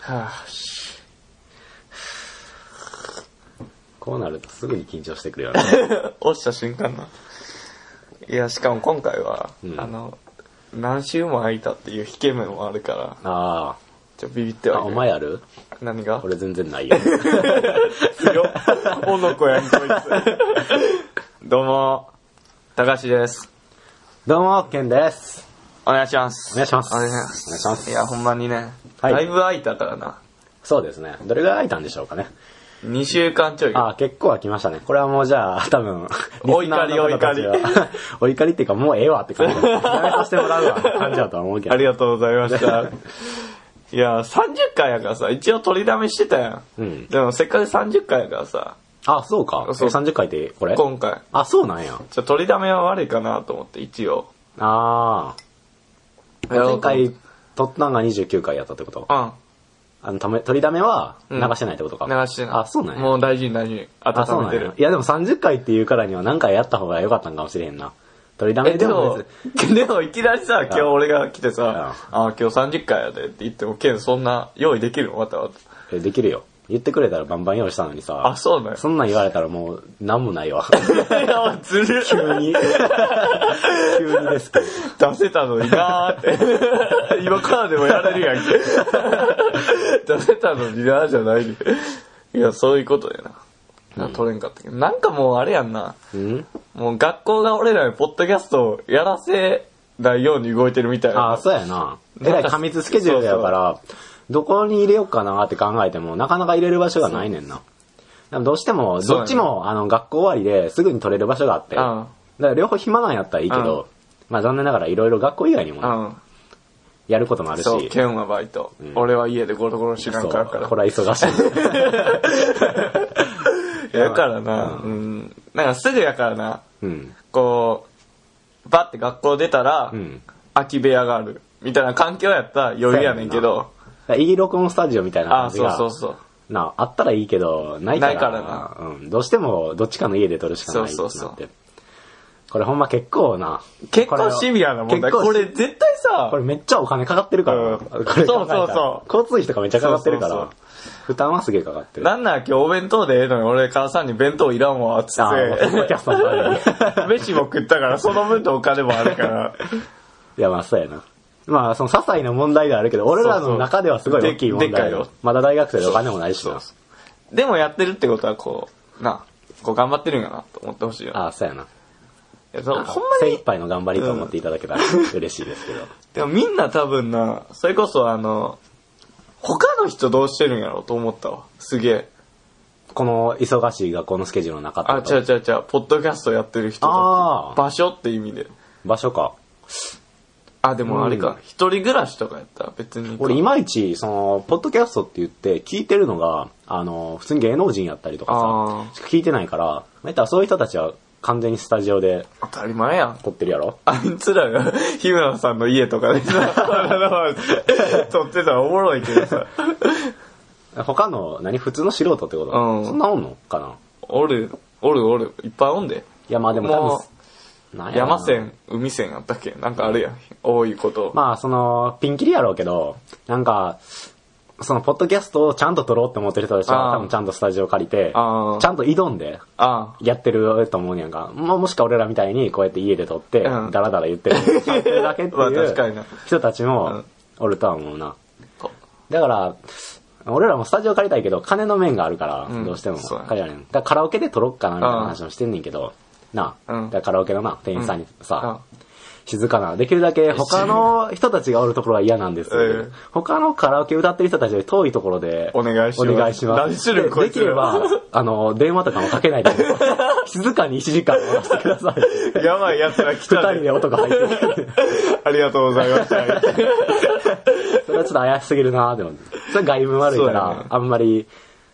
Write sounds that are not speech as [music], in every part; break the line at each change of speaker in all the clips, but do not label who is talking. はあ、し
こうなるとすぐに緊張してく [laughs] るよね。
落ちた瞬間な。いや、しかも今回は、
うん
あの、何週も空いたっていう引け目もあるから、
あ
ちょっとビビって
ー
は
あ。
いる
お前ある
何が
俺全然ないよ。
[laughs] よ。おのこやん、こいつ。どうも、たかしです。
[laughs] どうも、ケンです。
お願いします。
お願いします
お願いします。
お願いします
や、ほんまにね、
はい
だいぶ空いたからな。
そうですね。どれぐらい空いたんでしょうかね。
2週間ちょい。
あー結構空きましたね。これはもうじゃあ、多 [laughs] 分、
お怒り
リスナーの方たちは
お怒。
[laughs] お怒りっていうか、もうええわって感 [laughs] じで。やめさせてもらうわって感じだとは思うけど。
ありがとうございま
[laughs]
した。いや、30回やからさ、一応取りだめしてたやん。
うん
でも、せっかく30回やからさ、
あ、そうか。
そう
30回でこれ
今回、
あ、そうなんや。
ちょ、取りだめは悪いかなと思って、一応。
あー。前回、撮ったのが29回やったってこと
うん。
あの、ため、取りだめは
う
流
ん
してないってことか。
流してない。
あ、そうなんや。
もう大事に大事に。
あ、そ
温
う
め
なん
て
や
る。
いやでも30回っていうからには何回やった方が良かったんかもしれへんな。取りだめ
え、で
でも
も
別に、
でもいきなりさ、今日俺が来てさ、あ今日30回やでって言っても、ケンそんな用意できるのまたまた。
えできるよ。言ってくれたらバンバン用意したのにさ。
あ、そうなんや。
そんなん言われたらもう何もな
[laughs]
いわ。
いや、ずるい。
急に。急にですけど。
出せたのになーって。今からでもやれるやんけ。 [laughs] 出せたのになーじゃないで。いや、そういうことやな。なんか取れんかったけど。なんかもうあれやんな。
うん
もう学校が俺らにポッドキャストをやらせないように動いてるみたいな。
あ、そうやな。え
な
ら
ん
い
か
過密スケジュールやから、どこに入れようかなって考えても、なかなか入れる場所がないねんな。でもどうしても、
そうやね
どっちも、あの、学校終わりですぐに取れる場所があって、
う
だ
ん
から両方暇なんやったらいいけど、まあ残念ながらいろいろ学校以外にもね
うん。
やることもあるし、
そう、ケンはバイト。
ん
俺は家でゴロゴロしな
そ
ん
う
かんから
こ。れは忙
[laughs]
しい。
やからな、うん。なんかすぐやからな、
うん。
こう、バって学校出たら、
うん。
空き部屋がある。みたいな環境やったら余裕やねんけど、
いい録音スタジオみたいな
ああ、
感じ
そう
が、
そうそう。
なあったらいいけど、ないから
ないからな
うん。どうしても、どっちかの家で撮るしかないって
そ
な
う
って。
そうそう
これほんま結構な。
結
これ
構シビアな問題。
結構
これ絶対さ
こ、れめっちゃお金かかってるから。
うん
これ考えたら
そうそうそう
交通費とかめっちゃかかってるから。
そうそう
負担はすげえかかってる。
なんなら今日お弁当でええのに俺母さんに弁当いらんわ、つ
あーもうポッドキャストの前に
って。 [laughs] 飯も食ったからその分とお金もあるから。
[laughs] いや、まあそうやな。まあ、その些細な問題ではあるけど、俺らの中ではすごい大きい問題
でっかいよ
まだ大学生でお金もないしな。
でもやってるってことはこう、な、こう頑張ってるんやなと思ってほしいよ。
ああ、そうやな。
いやそうほんま
精
に
一杯の頑張りと思っていただけたら嬉しいですけど。
でもみんな多分な、それこそあの、他の人どうしてるんやろと思ったわ。すげえ。
この忙しい学校のスケジュールの中
あ、
って
違う違う違う、ポッドキャストやってる人
あ
と
ー
場所って意味で。
場所か。
あ、でもあれ
う
か
ん、
一人暮らしとかやったら別に。
俺いまいち、その、ポッドキャストって言って聞いてるのが、あの、普通に芸能人やったりとか
あ
さ、しか聞いてないから、まあ言ったらそういう人たちは完全にスタジオで
当たり前やん。
撮ってるやろ
あいつらが日村さんの家とかでさ、撮ってたらおもろいけどさ。
他の、何普通の素人ってこと、
うん
そんなおんのかな
おる、おるおる、いっぱいおんで。
いや、まあでも
も
多
う
分、なんやろな
山線、海線やったっけなんかあるやん。多いこと。
まあ、その、ピンキリやろうけど、なんか、その、ポッドキャストをちゃんと撮ろうって思ってる人たち
あ
は、
ー
多分ちゃんとスタジオ借りて、ち
あ
ゃ
ー
んと挑んで、
あ
やってると思うねやんか。まあ、もしか俺らみたいにこうやって家で撮って、
うん
ダラダラ言っ
[laughs]
てる。喋ってるだけって
まあ確か
い
にな
う人たち
うん
もおるとは思うな。
あ。
だから、俺らもスタジオ借りたいけど、金の面があるから、
うん
どうしても
そうや
借りられん。だからカラオケで撮ろっかなみたいな話もしてんねんけど、なあ、
うん
だからカラオケのな、店員さんにさ、
あ
静かな、できるだけ他の人たちがおるところは嫌なんですけど、
うん
他のカラオケ歌ってる人たちより遠いところで、
お願いします
お願いします
何するん
で
こい
で
つ
きれば、あの、電話とかもかけないで、
[laughs]
静かに1時間おらせてください。
やばい奴ら来
二
た
人
で。
で音が入ってくる。
[laughs] ありがとうございました。
それはちょっと怪しすぎるなぁでも。それ外文悪いか
そうや
ら
ね、
あんまり、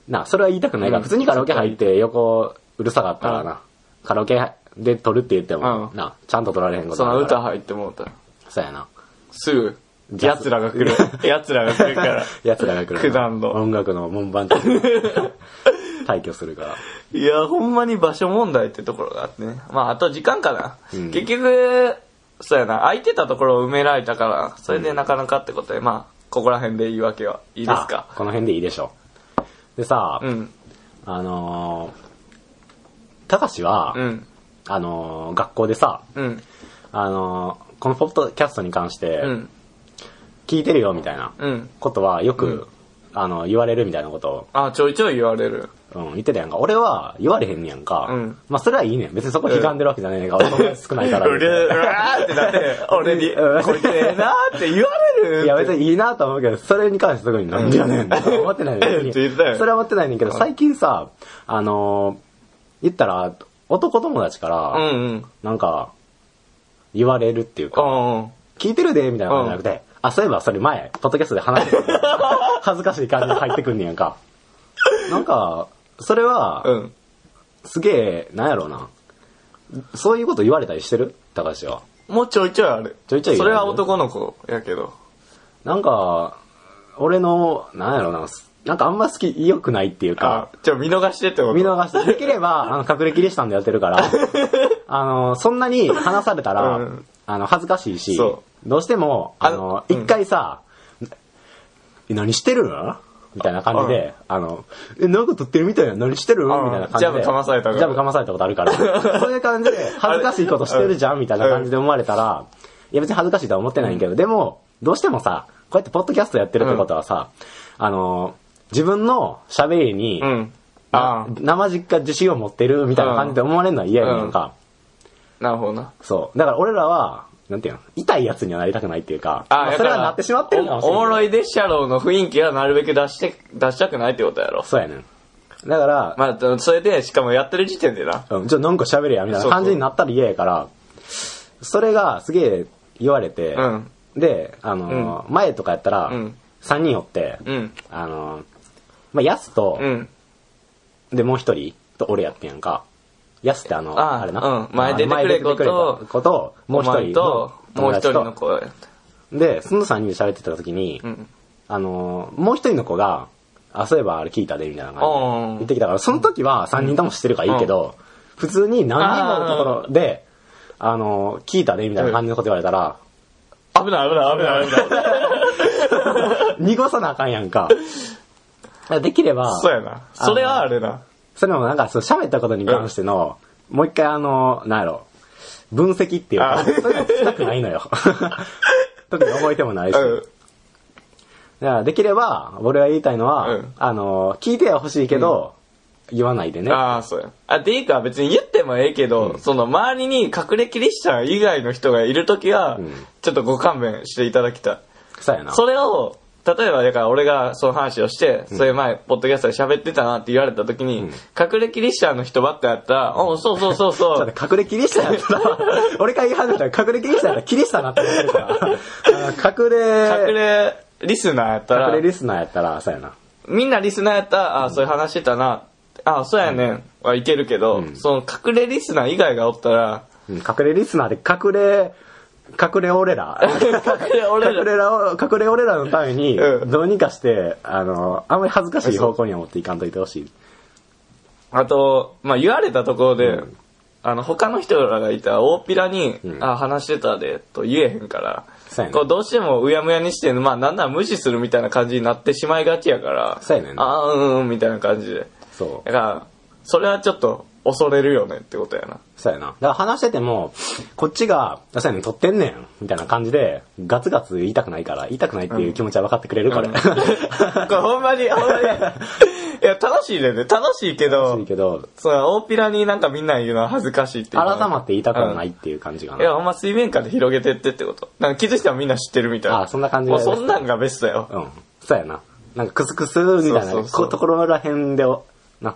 な、それは言いたくないから、
うん
普通にカラオケ入って横うるさかったらな、カラオケで撮るって言っても、
うん
な、ちゃんと撮られへんこ
そ
とあ
の
るから。
歌入ってもうたら。
そうやな。
すぐ、
ジャズ
奴らが来 [laughs] る。奴らが来るから。
[laughs] 奴らが来るな。
九段の
音楽の門番と
[laughs]
退去するから。
いや、ほんまに場所問題ってところがあってね。まあ、あと時間かな。
うん
結局、そうやな、空いてたところを埋められたから、それでなかなかってことで、まあ、ここら辺で言い訳はいいですか
あこの辺でいいでしょでさ、
うん
あのー、たかしは、
うん
あのー、学校でさ、
うん
あのー、このポッドキャストに関して、
うん
聞いてるよみたいな
うん
ことはよく、あの、言われるみたいなこと
あちょいちょい言われる
を、うん、言ってたやんか。俺は言われへんねやんか。
うん
まあ、それはいいねん。別にそこ悲願でるわけじゃないねんか。俺友達少ないから。
[laughs] うるうわーってなって
[laughs]
俺に
う
「
ん
こいつええな」って言われる
いや別にいいなとは思うけど、それに関してすごいなんでやねん
[laughs]
って思ってないねん
ええって言ってたよ
それは思ってないねんけど、最近さ、あのー、言ったら、男友達か
うん
ら、
うん
なんか、言われるっていう
う
か、
んうん
聞いてるで、みたいなことじゃなくて、あ、そういえばそれ前、ポッドキャストで話して
[laughs]
たよ恥ずかしい感じで入ってくんねやんか。なんか、それは、
うん
すげえ、なんやろうな。そういうこと言われたりしてる高橋は。
もうちょいちょいある
ちょいちょい
そ
言わ
れ
れ
は
る
男の子やけど
なんか、俺の、なんやろうな、すなんかあんま好き、良くないっていう
あ
か、
じゃあ見逃してってこと
見逃してできれ
[laughs]
ば、あの、隠れキリシタンでやってるから、あの、そんなに話されたら、
うん
あの、恥ずかしいし
そ、
どうしても、あの
あ、うん
一回さ、え何してるのみたいな感じで、あの、え、なんか撮ってるみたいな、何してるみ
ん
たいな感じで。
ジャブかまされたから
ジャブかまされたことあ
[laughs]
るから。そういう感じで、恥ずかしいことしてるじゃんみたいな感じで思われたら、いや別に恥ずかしいとは思ってないけど、でも、どうしてもさ、こうやってポッドキャストやってるってことはさ、あの、自分の喋りに、
うんあ
な生実家自信を持ってるみたいな感じで思われるのは嫌やねんか。
あなるほどな
そう。だから俺らは、なんていうの、痛いやつにはなりたくないっていうか、まあ
や
そ
か
れ
ら
はなってしまってるかもしれ
お
な
お
い。
もろいでっしゃろうの雰囲気はなるべく出して、出したくないってことやろ。
そうやねん。だから、
まあ、それで、しかもやってる時点でな。
うん、ちょ、なんか喋れや、みたいな感じになったら嫌やから、それがすげえ言われて、
うん
で、あのー前とかやったら、
うん
3人おって、
うん。
あのーまあ、ヤスと、
うん。
で、もう一人と俺やってんやんか。ヤスってあの、
あ
あ
あ
れな。
うん前出てくれ子と
前出てくれ子と、もう一
お
人
前
の
と、も
友
う一
達
人
と
の子やった
で、その3人で喋ってた時に、
うん。
あのーもう一人の子が、あ、そういえばあれ聞いたで、みたいな感じ
うん
で言ってきたから、その時は3人とも知ってるからいいけど、普通に何人ものところで、あのー聞いたで、みたいな感じのこと言われ
[laughs]
たら、
危ない危ない危ない危ない。
濁さなあかん
[laughs]
やんか。できれば、
そうやな。それはあれな。
それもなんか、そう喋ったことに関しての、もう一回あの、なんやろ、分析っていうか、
あ
そういうのしたくない
[laughs]
のよ。特に覚えてもないし。
うん。
だからできれば、俺が言いたいのは、
うん
あの、聞いては欲しいけど、言わないでね。
ああ、そうや。あ、でいいか、別に言ってもええけど、その周りに隠れキリシタン以外の人がいるときは、
ん
ちょっとご勘弁していただきたい。
そうやな。
それを、例えば、だから俺がその話をして、それ前、ポッドキャストで喋ってたなって言われた時に、隠れキリシタンの人ばっかやったら、おうそうそうそうそ
ちょっ [laughs]
う。
と隠れキリシタンやった
[laughs]
ら、俺が言い始めたら隠れキリシタンやったらキリシタンなって思ってるから、あの隠れ、
隠れリスナーやった
隠れ
ら、
リスナーやったら、そうやな。
みんなリスナーやったら、あそういう話してたな、あそうやねん、はいけるけど、その隠れリスナー以外がおったら、
うん隠れリスナーで隠れ、隠れ俺ら。
隠れ俺
隠
ら、
れら、隠れ俺らのために、
うん
どうにかして、あの、あんまり恥ずかしい方向には持っていかんといてほしい。
あと、まあ、言われたところで、あの、他の人らがいたら大っぴらに、
ん
あ、話してたで、と言えへんから、
そうやね
こう、どうしてもうやむやにして、まあ、なんなら無視するみたいな感じになってしまいがちやから、
そうやねんな
あーうんうん、みたいな感じで。
そ
だか
う。
ら、それはちょっと、恐れるよねってことや
[laughs]
な。
そうやな。だから話してても、こっちが、あそうやねん、撮ってんねん、みたいな感じで、ガツガツ言いたくないから、言いたくないっていう気持ちは分かってくれる、これ。
こ
[laughs]
れほんまに、ほんまに。いや、楽しいでね。楽しいけ
い
ど
い、けど、
その、大っぴらになんかみんなに言うのは恥ずかしいっていうの
改
は。
まって言いたくはないいっていう感じか
いや、
な。
ほんま水面下で広げてってってこと。なんか気づいたらみんな知ってるみたいな。
あそんな感じ
も
が
うそんなんがベストよ。
うん。そうやな。なんかクスクスみたいな、
そうそうそう
こうところら辺で、な、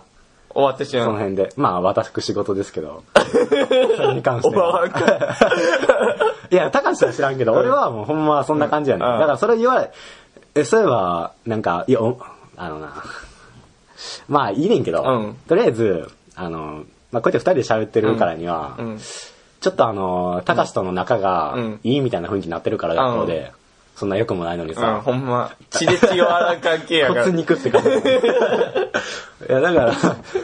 終わってし
その
まう。
辺で。まあ、私仕事です
[laughs]
けど。それに関して
終わ
は
らん。か。
いや、高橋さん知らんけど、俺はもうほんまそんな感じやね、
うん
ん。だからそれ言われ、え、そういえば、なんか、いや、おあのな、まあいいねんけど、
うん
とりあえず、あの、まあこうやって二人で喋ってるからには、
うん。
ちょっとあの、高橋との仲が
うん
いいみたいな雰囲気になってるから、学校で、そんな良くもないのに
うん、
さ、
ほんま。血で血を洗う関係やか
[laughs] 骨
ら。
肉って感
[laughs]
じ。いや、だから、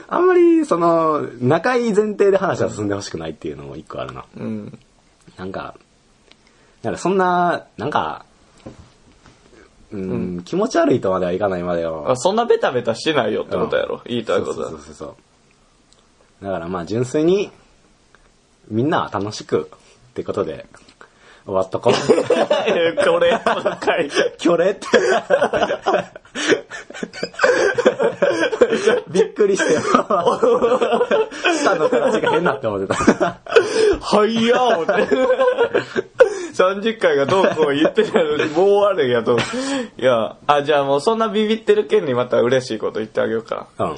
あんまり、その、仲いい前提で話は進んでほしくないっていうのも一個あるな。
うん。
なんか、なんかそんな、なんか、うん、気持ち悪いとまではいかないま
あ
でよ。
そんなベタベタしてないよってことやろ。言いたい
そ
こ
う
と
そう
は
そうそうそう。だからまあ純粋に、みんなは楽しくってことで、終わっ
[laughs]
とこう。
[laughs] えこれ、この回。
キョレって。
[laughs]
びっく
[laughs]
りしてよ。下の形が変なって思ってた。
はいや思って。30回がどうこう言ってないのに、もうあれやと。いや、あ、じゃあもうそんなビビってる件にまた嬉しいこと言ってあげようか。
うん。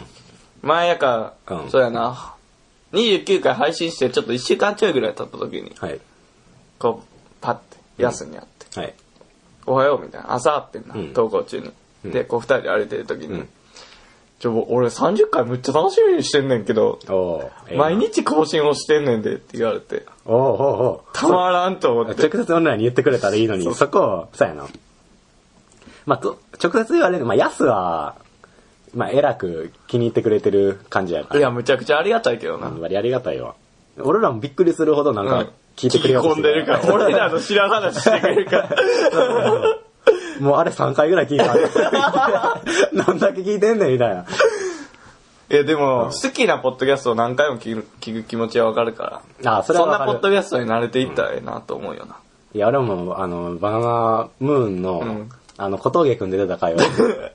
前やか、
うん
そうやな。29回配信してちょっと1週間ちょいぐらい経った時に、
はい。
こう、パッて、休みあって、
はい。
おはようみたいな、朝あってんな、
ん
登校中に。で、こう二人で歩いてる時に、ちょ、俺30回めっちゃ楽しみにしてんねんけど、
おーええな
毎日更新をしてんねんでって言われて、
おーお
たまらんと
ー
思
お
っ
ー直
て。
接オンラインに言ってくれたらいいのに、そこを、そうやな。まあ、と直接言われる、まあ、ヤスは、まあ、偉く気に入ってくれてる感じやから。
いや、むちゃくちゃありがたいけどな。
あんまりありがたいわ。俺らもびっくりするほどなん
うん
か、聞いてくれようと
聞き込んでるから。
[laughs]
俺らの知らん話してくれるから。
もうあれ3回ぐらい聞いた。 [laughs] なんだけ聞いてんねんみたいな。
いや、でも、好きなポッドキャストを何回も聞く聞く気持ちはわかるから。
あそれはわか
んな
る
ポッドキャストに慣れていったらええなと思うよな。
いや、俺も、あの、バナナムーンの、
ん
あの、小峠くんで出
[laughs]
た回は、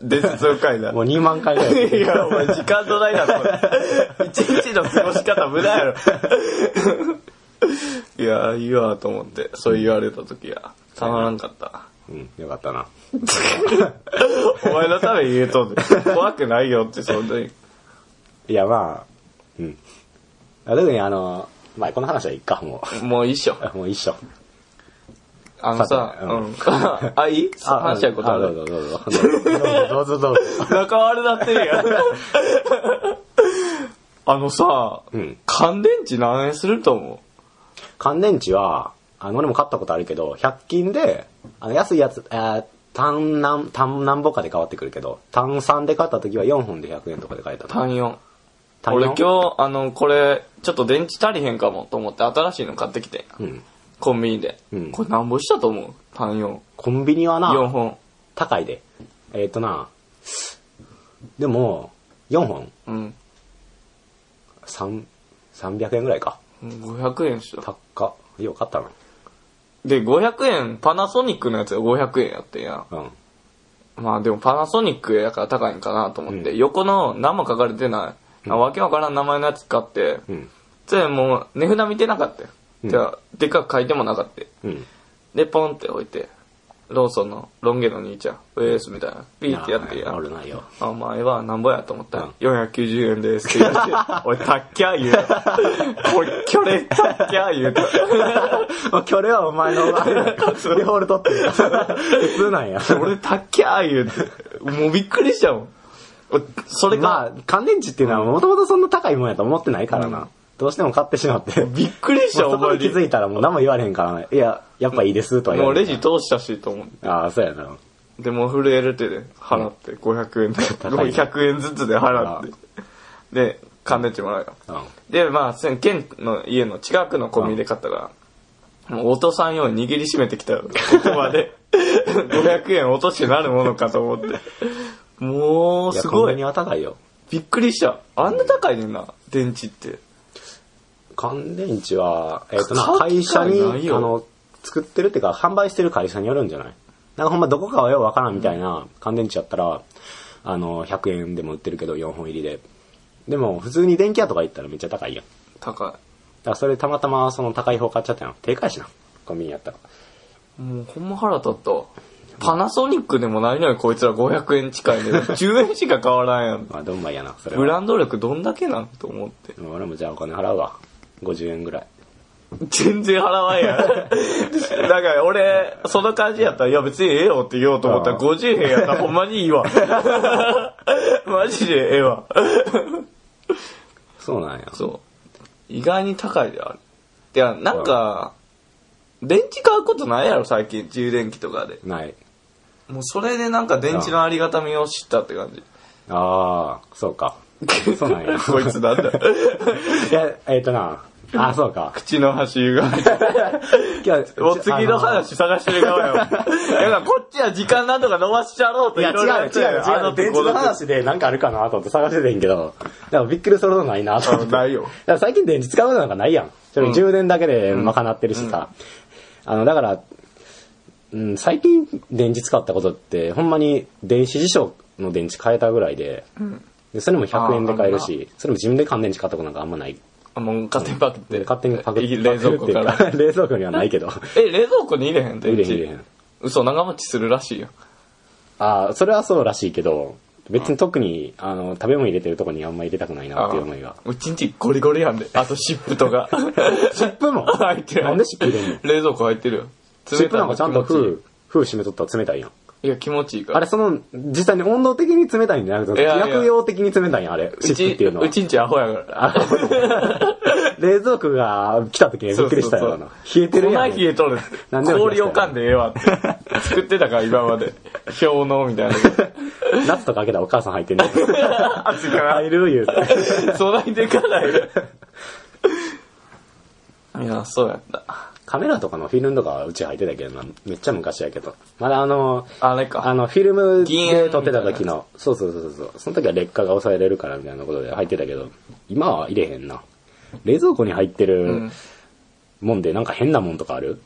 伝説の回だ。 [laughs]
もう2万回ぐらい聞い
い
てる。
や、お前時間とないな、これ。一日の過ごし方無駄やろ。 [laughs] いや、いいわと思って、そう言われた時は、たまらんかった。
うん、よかったな。
お前のために言えとんねん怖くないよって、そんなに。
いや、まあ、うん。あ特にあの、まあ、この話はいいか、も
もういいっしょ。
う。も [laughs] う一緒。
あのさ、
さて
うん。 [laughs] あ、いい話したいことあ
どう
る。
ぞどうぞ。 [laughs] どうぞどうぞ。
仲悪なってる
[laughs]
やん。あのさ、
うん
乾電池何円すると思
乾電池は、あの、俺も買ったことあるけど、100均で、あの、安いやつ、えー、単何、単何ぼかで変わってくるけど、単3で買った時は4本で100円とかで買えた
う単4。
単
俺
四
今日、あの、これ、ちょっと電池足りへんかもと思って新しいの買ってきてん。
うん。
コンビニで。
うん
これ何本したと思う単4。
コンビニは
4
な、
本。
高いで。えっ、とな、でも、4本
うん。
三300円ぐらいか。
500円っしょ。
高っ。よかったな。
で、500円、パナソニックのやつが500円やってんやん。
うん。
まあでもパナソニックやから高いんかなと思って、横の何も書かれてない、あわけわからん名前のやつ買って、
うん。
それもう値札見てなかったよ。
うん
じゃあ、でかく書いてもなかった。
うん。
で、ポンって置いて、ローソンのロン毛の兄ちゃん、ウェースみたいな、ピーってやってや
あ
ん。
るないよ。
あ、お前はなんぼやと思ったら、
うん
490円ですって言われて、
[laughs]
おい、たっきゃー言うた。おい、キョレたっきゃー言うた。
あ、今日はお前の、デフォルトっていうか普通なんや。
俺たっきゃー言うて、もうびっくりしたもん。おそれか、
まあ、乾電池っていうのはもともとそんな高いもんやと思ってないからな。どうしても買ってしまって。
[laughs]
もう
びっくりした、
そ
お
こ
前
に気
に。
づいたらもう何も言われへんからね。いや、やっぱいいですとは言
も
わ
う
れ
レ
る。
ジ通したしと思う。
ああ、そうやな。
で、もう震える手で払って、500円で、
高いね
500円ずつで払って。で、乾電池もらうよ。
うん。
で、まあ、せん県の家の近くのコンビニで買ったから、もうお父さんように握りしめてきたよ。ここまで。500円落としてなるものかと思って。もう、
いや、
す
コン
ご
ビニ
い。
は高いよ。
びっくりした。あんな高いねんな、電池って。
乾電池は、えっ、とな
買う、
会社
機会ない
に、
よ
あの、作ってるっていうか、販売してる会社によるんじゃないなんかほんまどこかはようわからんみたいな乾電池やったら、あの、100円でも売ってるけど、4本入りで。でも、普通に電気屋とか行ったらめっちゃ高いやん。だ
高
からそれたまたまその高い方買っちゃったやん。低価やしな。コンビニやったら。
い。もう、ほんま腹立ったわ。パナソニックでもないのにこいつら500円近いね。10円しか変わらんやん。
まあ、どんまいやな、それ
ブ
は。
ランド力どんだけなんと思って。
俺もじゃあお金払うわ。50円ぐらい。
全然払わんや
[laughs]
ん。だから俺、その感じやったら、いや別にええよって言おうと思ったら、
ああ
50円や
[laughs]
ったらほんまにいいわ。 [laughs] マジでええわ。
そうなんや。
そう。意外に高いである。いや、なんか、電池買うことないやろ、最近。充電器とかで。
ない。
もうそれでなんか電池のありがたみを知ったって
[laughs]
感じ。
ああ、そうか。そうなんや。
[laughs] こいつなんだ。
いや、えっ、とな、あ、そうか。
口の端湯
[laughs]
が。
今日
もう次の話探してる側
[laughs]
よ。やっぱこっちは時間なんとか伸ばしちゃろうと
いや、違う
ろ
よ
やっ
違
て
う
る
よ違う
あ
よ
の
電池の話でなんかあるかなと思って探しててんけど、でもびっくりするのないなと思って。
あないよ
だから最近電池使うのなんかないやん。それ充電だけで賄ってるしさ。あの、だから、うん、最近電池使ったことって、ほんまに電子辞書の電池変えたぐらいで、でそれも100円で買えるし、それも自分で乾電池買ったことなんかあんまない。
[laughs] あもう勝手にパクって。
勝手にパクって。
冷蔵庫か
パク
ら。
っていう [laughs] 冷蔵庫にはないけど。
え、冷蔵庫に入れへん
入れへん入
入
れ
れ
へん
嘘、長持ちするらしいよ。
ああ、それはそうらしいけど、別に特に、あの、食べ物入れてるとこにあんま入れたくないなっていう思いが。
うちんちゴリゴリやんで。あと湿布と
[laughs]
か。
湿布 [laughs] も
入ってる。
なんで湿布入れ [laughs] んの
冷蔵庫入ってるよ。
湿布なんかちゃんと
冷たいの気持
封、封閉めとったら冷たいやん。
ちいい。いや、気持ちいいから。
あれ、その、実際に温度的に冷たいんじゃなくて、
いやいや
薬用的に冷たいんや、あれ。湿布っていうの
[laughs]
は
う。ちんちアホやから。
冷蔵庫が来た時にびっくりしたやろな
そう。
冷えてるや
粉冷
ん。
えとる
何でも冷やし
氷
たい
をかんでええわって作ってたから今まで氷のみたいな
夏とか開けたらお母さん入ってんね
[laughs]
ん。
熱か [laughs]
入る言うて。
ら備えてかないいやそうやった
カメラとかのフィルムとかはうち入ってたけどな、めっちゃ昔やけど。まだあの、
あれか
あの、フィルム
銀塩
で撮ってた時の、そうそうそうそう、その時は劣化が抑えれるからみたいなことで入ってたけど、今は入れへんな。冷蔵庫に入ってる
ん
もんで、なんか変なもんとかある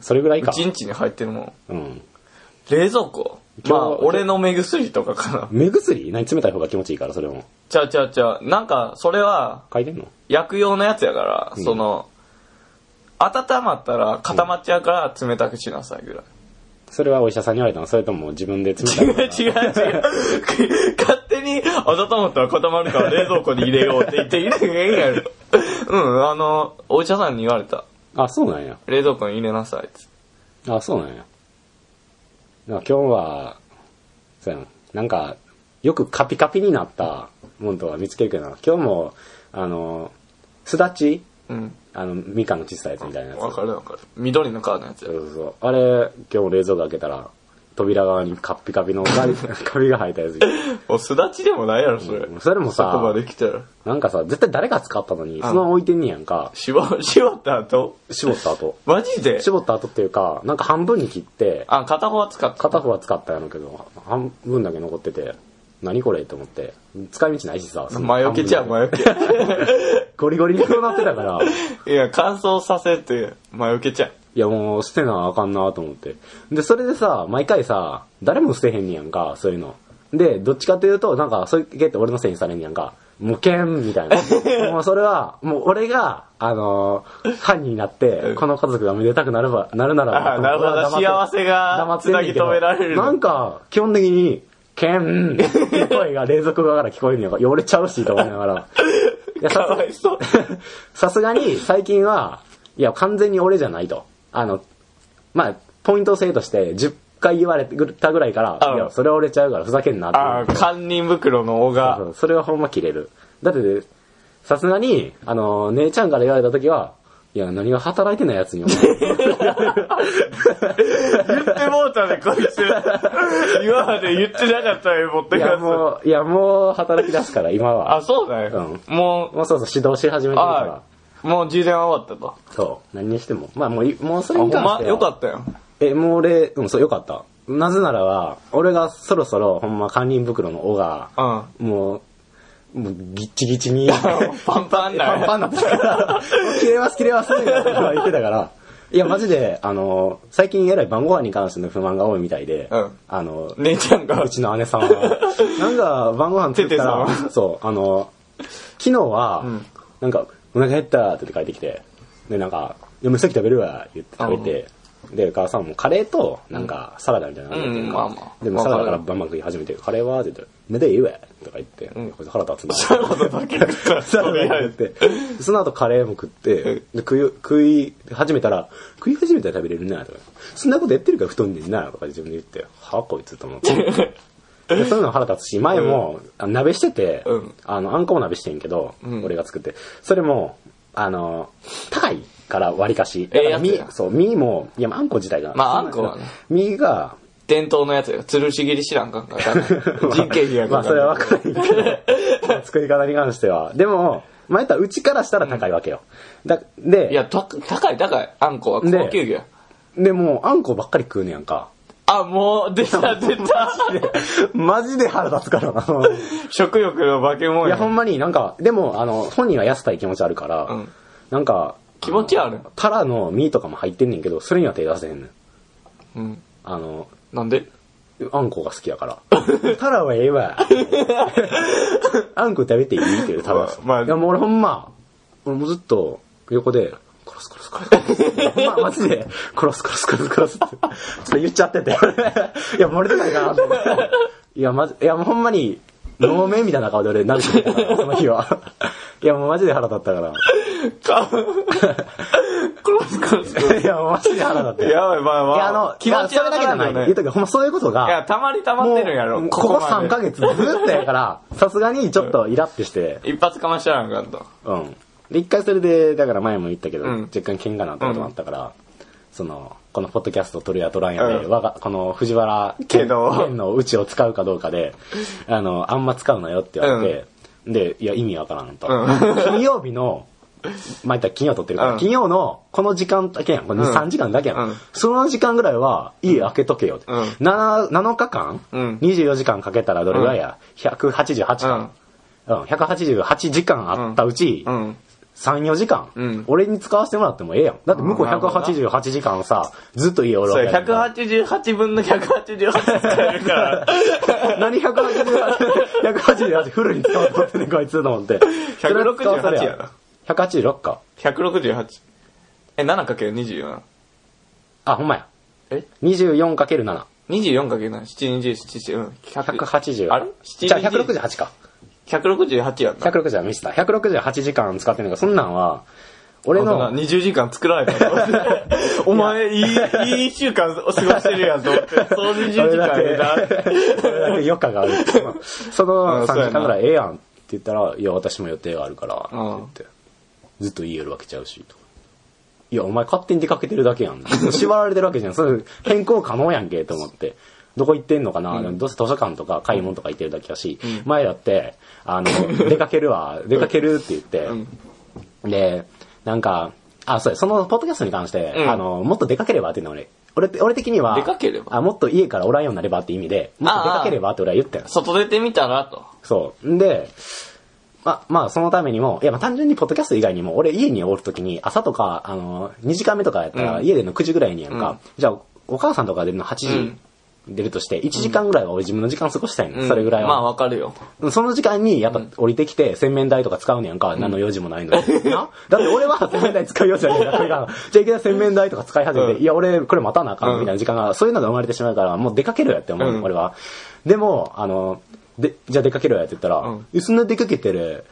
それぐらいうか。
ちんちに入ってるもん
うん。
冷蔵庫
今日
まあ俺の目薬とかかな
目薬何冷たい方が気持ちいいから、それも。
ちゃうちゃうちゃうなんかそれは
書いてんの
薬用のやつやから、その温まったら固まっちゃうから冷たくしなさいぐらい
それはお医者さんに言われたのそれとも自分で冷たい
違う
の
違う [laughs] 違う。勝手に温まったら固まるから冷蔵庫に入れようって言って入れへんやろ。うん、あの、お医者さんに言われた。
あ、そうなんや。
冷蔵庫に入れなさいっつって。
あ、そうなんや。なんか今日は、そうやん。なんか、よくカピカピになったもんとは見つけるけどな、今日も、あの、すだち
うん。
あの、みかんの小さいやつみたいなやつ。
わかるわかる。緑のカードのやつや
そ。うそうそう。あれ、今日も冷蔵庫開けたら、扉側にカピカピの
[laughs]
カビカビが生えたやついて。
もうすだちでもないやろ、それ。
それも
そこま
さ、
で来たら。
なんかさ、絶対誰が使ったのに、そのまま置いてんねやんか、
絞、絞った後
絞った後。
マジで
絞った後っていうか、なんか半分に切って、
あ、片方は使った。
片方は使ったやろうけど、半分だけ残ってて、何これと思って、使い道ないしさ、その
魔除けちゃう、
半分
魔除け。
ゴリゴリにこうなってたから、 [laughs] い
いや、乾燥させて、魔除けちゃう。
やもう捨てなあかんなと思って。で、それでさ、毎回さ、誰も捨てへんねやんか、そういうの。で、どっちかというと、なんか、そういう系って俺のせいにされんねやんか、無権み
[laughs]
たいな。もうそれは、もう俺が、あのー犯人になって、この家族がめでたくなれば、なるなら
あ、
ば、
なるほど。幸せ
黙
が
っ、て
つ
ん
な
ね
ぎ
んけど
止められる。
なんか、基本的に、ケンっていう声が冷蔵庫側から聞こえるのよ。汚れちゃうし、と思いながら。いや、
か
さ
わいそう。
すさすがに、最近は、いや、完全に俺じゃないと。あの、まあ、ポイント制として、10回言われたぐらいから、
うん
いや、それは俺ちゃうから、ふざけんなって
ああ、堪忍袋の尾
そ
が。
うそれはほんま切れる。だって、さすがに、あの、姉ちゃんから言われた時は、いや、何が働いてないやつにお前
[laughs] 言ってもうたで、こい
[laughs]
つ。今まで言ってなかったよ、持って
い
く
や、
やつ。
もう、いや、もう働き出すから、今は。
あ、そうだよ。もう、
もうそうそう、指導し始めて
あ
るか
あ、もう充電終わったと。
ら。そう。何にしても。まあ、もうい、もうそ
あ、
れ
ほ
に
ん
関し
ま、
ては。
よかったよ。
え、もう俺、うん、そう、よかった。なぜならば、俺がそろそろ、ほんま、堪忍袋の尾が、
うん。
もう、もう、ぎっちぎちに、
[laughs] パンパンだ
パ
よ。
ンパンなってたから、もう切れます、切れます、みたいな言ってたから。いや、マジで、あの、最近えらい晩ご飯に関しての不満が多いみたいで、
うん
あの、
姉ちゃんが
[laughs] う、ちの姉さ
[laughs]
んは。なんか、晩ご飯作ったら
ててさ、
そう、あの、昨日は
ん、
なんか、お腹減ったって帰ってきて、で、なんか、嫁先食べるわ、言って食べて、で、母さんもカレーと、なんか、サラダみたいなの
うんうんまあまあ
でもサラダから
わ
バンバン食い始めて、カレーはって言って、めでええわ、とか言って、
ん
こいつ腹立つ
[laughs]
な。
サラダだけ食ったら、
サ
そ
ラ
れ
ダ
や
食っ
れて。
て、その後カレーも食って、で食い、食い始めたら、食い始めたら食べれるな、とか、そんなことやってるから太んねんな、とか自分で言って、はこいつと思って。でそういうの腹立つし、前も、あの鍋してて、
うん
あの、あんこも鍋してんけど、
ん
俺が作って、それも、あの、高いから割りかし。
ええや
だから
つ
身
や
そう、身も、いや、まああんこ自体が。
まああんこはね
身が、
伝統のやつよ。吊るし切り知らんかん [laughs] から。人件費や
ま
か
あ
ん
そ
か
れ
ら。
は分からんけど作り方に関してはでもまあ、やったらうちからしたら高いわけよ。だで、
いや、た、高い高い。あんこは高
で
級魚や。
でもうあんこばっかり食うねやんか。
あ、もう、出 [laughs] た出た。
[laughs] マジで腹立つからな。
食欲の化け物や。
いや、ほんまになんか、でも、あの、本人は痩せたい気持ちあるから、
うん
なんか、
気持ちはある。
タラの身とかも入ってんねんけど、それには手出せへんねん。
うん。
あの、
なん [laughs] で
あんこが好きやから。タラはええわ。あんこ食べていいって言う、タラは。
まあ
いや、もう俺ほんま、俺もうずっと横で、殺す殺す殺す。ほんま、マジで、殺す殺す殺す殺すって、ちょっと言っちゃってて。いや、漏れてないかなと思って。いや、まじ、いや、もうほんまに、能面みたいな顔で俺、なるてたから、その日は。いや、もうマジで腹立ったから。
か、殺す殺す。
いや、もうマジで腹立って。
やばい、まあまあ。
いや、あの、
気持ち
いやそれだけじゃない。
わか
言
る
うとくほんまそういうことが、
いや、たまりたまってるんやろ。
ここ
まで
3ヶ月ずっとやから、さすがにちょっとイラってして、
一発かましたらんかんと。
うん。で、一回それで、だから前も言ったけど、
うん
若干喧嘩なったこともあったから、その、このポッドキャストを撮るや撮らんやで、
うん
我が、この藤原
けど
県のうちを使うかどうかで、あの、あんま使うなよって言われて、で、いや、意味わからんと。
うん
金曜日の、まあ、言ったら金曜撮ってるから、
うん
金曜のこの時間だけやん。この2、
うん
3時間だけやん。
うん
その時間ぐらいは家開けとけよって。
うん
7, 7日間、
うん
24時間かけたらどれぐらいや、?188
う
間。
ん。
うん、188時間あったうち、
うん。
3、4時間、
うん
俺に使わせてもらってもええやん。だって向こう
あなるほど
188時間さ、ずっと家おる
そ
わけ
れ、
やねんから
188分の188使える [laughs] から。
何 188?188 フルに使わせてもらってんねん、こいつと思って。それは使わせる
168やな。
186か。
168。え、7×24。
あ、ほんまや。
え
24×7。
24×7、7、20、7、うん。
180。
あれ
じゃあ
720
168か。
168やんな。
168はミスった。168時間使ってんねんから、そんなんは、俺
そんな
の、
20時間作られ
[laughs]
たのお前、いい、いい1週間過ごしてるやんぞって。そう20時
俺だ
間で
け、俺だけ余暇がある。その3時間ぐらいええやんって言ったら、いや、私も予定があるから、って言って。ずっと言えるわけちゃうし、とか。いや、お前勝手に出かけてるだけやん。
[laughs]
縛られてるわけじゃん。それ変更可能やんけ、と思って。どこ行ってんのかな、でもどうせ図書館とか買い物とか行ってるだけやし、前だって、あの、 [laughs] 出かけるわ、出かけるって言って、で、なんか、あ、そうや、そのポッドキャストに関して、
うん
あの、もっと出かければっていうのは俺、俺って、俺的には、
出かければ
あ、もっと家からおらんようになればって意味で、もっと出かければって俺は言ったよ。
外出てみたらと。
そう。んで、ま、まあ、そのためにも、いや、まあ、単純にポッドキャスト以外にも、俺家におるときに、朝とか、あの、2時間目とかやったら、
うん
家での9時ぐらいにやんか、
うん
じゃあ、お母さんとか出るの8時、
うん
出るとして、1時間ぐらいは俺自分の時間過ごしたいの、
うん
それぐらいは。
まあわかるよ。
その時間に、やっぱ降りてきて、洗面台とか使うねやんか、何の用事もない
[laughs]
のに。なだって俺は洗面台使う用事ないから、じゃあいきなり洗面台とか使い始めて、
うん
いや、俺、これ待たなあかん、みたいな時間が、そういうのが生まれてしまうから、もう出かけろやって思う、
うん
俺は。でも、あの、で、じゃあ出かけろやって言ったら、
うん
えそんな出かけてる、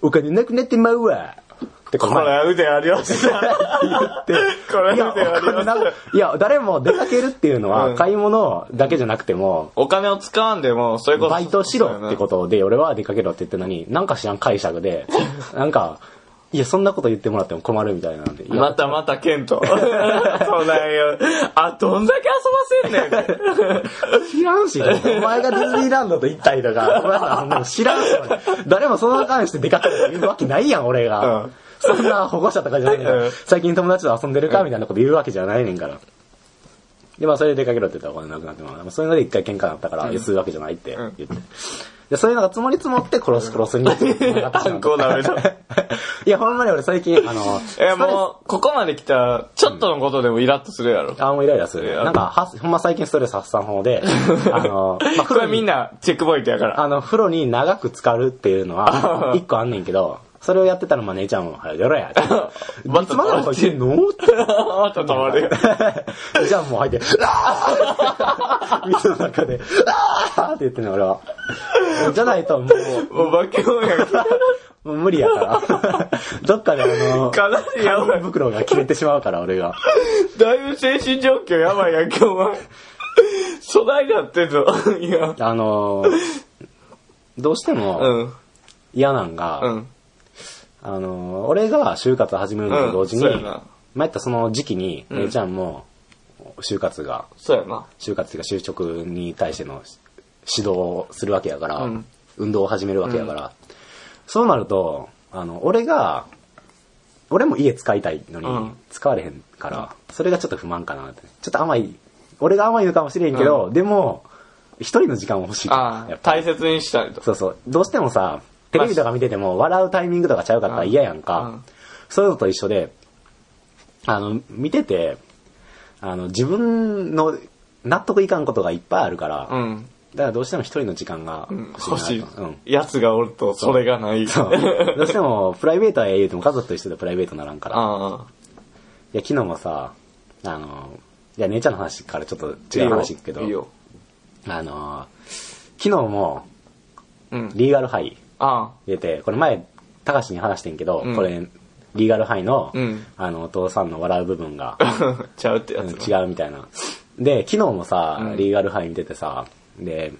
お金なくなってまうわ。ってこ
こ
の前
れ腕ありま
[laughs]
した。
言って、
これ
いや、お
腕ありま
金
した
な。いや、誰も出かけるっていうの
う
は、
ん
買い物だけじゃなくても、
お金を使わんでも、それこそ。
[laughs] バイトしろってことで、俺は出かけろって言ってんのに、なんか知らん解釈で、 [laughs] なんか、いや、そんなこと言ってもらっても困るみたいなんで。いや
またまたケント。 [laughs] そうなんよ。あ、どんだけ遊ばせんねん。
[laughs] 知らんし、お前がディズニーランドと行ったりと [laughs] か、ごめんなさいもう知らんし、誰もそんな関して出かける言うわけないやん、俺が。
うん
そんな保護者とかじゃないねんから
うん
最近友達と遊んでるかみたいなこと言うわけじゃないねんから。で、まあ、それで出かけろって言ったらお金なくなってもらう。そういうので一回喧嘩になったから、いやするわけじゃないって言って。で、そういうのが積もり積もって殺す殺すに。 [laughs]
あんこを舐めた。
いや、ほんまに俺最近、あの、
[laughs] え、もう、ここまで来たら、ちょっとのことでもイラッとするやろ。
あ、もうイライラする。なんか、はほんま最近ストレス発散
[laughs]
法で、あの、まあ、
こ
風呂
れ
に
みんな、チェックポイントやから。
あの、風呂に長く浸かるっていうの
[laughs]
は、一個あんねんけど、それをやってたら、まあ、姉ちゃんも、はよろや。ってい
また
つまでも入ってんのって。
また止まるよ。
じゃあもう入って、うわー水の中で、うわーって言ってんの、俺は。じゃないと、もう、
もう化け物やから。
もう無理や
[laughs]
から。どっかで、あの、
かなりやばい。
袋が切れてしまうから、俺が。
だいぶ精神状況やばいやんけ、お前。 [laughs] 粗大になってんぞ。いや。
あのー、どうして
う
も
ん。
嫌なんが、
うん。
あのー、俺が就活始めるのと同時に、
うんそうやな
前やったその時期に、姉ちゃんも、就活が、
そうやな。
就活っていうか就職に対しての指導をするわけやから、
うん
運動を始めるわけやから、そうなると、あの、俺が、俺も家使いたいの
う
に
ん、
使われへんから、それがちょっと不満かなって。ちょっと甘い。俺が甘いのかもしれんけど、でも、一人の時間は欲しい。
ああ
やっ、ぱ
大切にしたいと。
そうそう。どうしてもさ、テレビとか見てても、笑うタイミングとかちゃうかったら嫌やん
う
か
ん。
そういうのと一緒で、あの、見てて、あの、自分の納得いかんことがいっぱいあるから、
うん。
だからどうしても一人の時間が欲しいな
欲しい
と。うん。。
やつがおると、それがない。
そうどうしても、プライベートは言うても家族と一緒でプライベートならんから。い
[laughs] あ
や、昨日もさ、あの、いや、姉ちゃんの話からちょっと
あ。
違う話いくけど、
いいよ。
あの、昨日も、
うん。
リーガルハイ
あ
出て、これ前、たかしに話してんけど、
うん
これ、リーガルハイの、
うん
あの、お父さんの笑う部分が、
あ。 [laughs] ちゃうってや
うん
つ。
違うみたいな。で、昨日もさ、
うん
リーガルハイ見ててさ、で、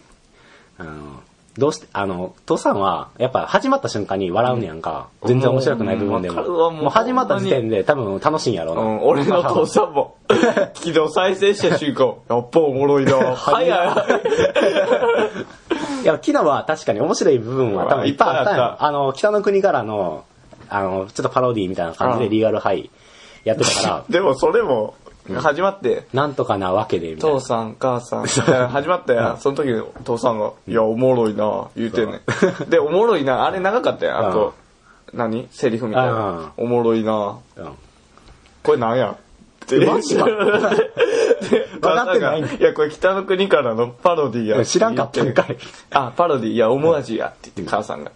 あの、どうして、あの、父さんは、やっぱ始まった瞬間に笑うねやんか。
うん
全然面白くない部分で
うんわ
も。
かるわもう
もう始まった時点で多分楽しいんやろう
う
な。
ん、俺の父さん
[laughs]
も、昨日再生した瞬間、やっぱおもろいな早い。
いや、昨日は確かに面白い部分は多分いっぱいあっ
い
たんや
っぱいあっ
ろ。あの、北の国からの、あの、ちょっとパロディみたいな感じで
うん、
リーガルハイやってたから
[laughs] でもそれも、始まって、
なんとかなわけで、みたいな
父。さん、母さん、
[laughs]
みたいな始まったやん。その時、父さんが、いや、おもろいな、言うてんねん。で、おもろいな、あれ長かったやん。あと、何セリフみたいな。おもろいな、
うん
これなんやって。
マジか
で
分かってない
母さんがいや、これ北の国からのパロディや。
知らんかったんかい。
あ、パロディ、いや、思わずや、って言って、母さんが。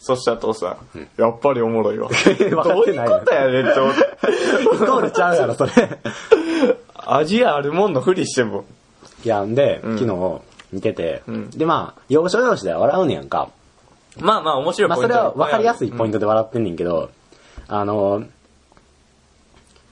そしたら父さん、やっぱりおもろいわ。
分か
ど
っ
う
て
いう
ない
ことやねんって思って。
イコールちゃうやろ、それ。
味あるもんのふりしても。
いや、んで、
ん
昨日見てて、
ん
で、まあ、要所要所で笑うねやんか。
まあまあ、面白い
まあ、
ポイ
そ
ント
れは分かりやすい
っ
ポイントで笑ってんねんけど、あの、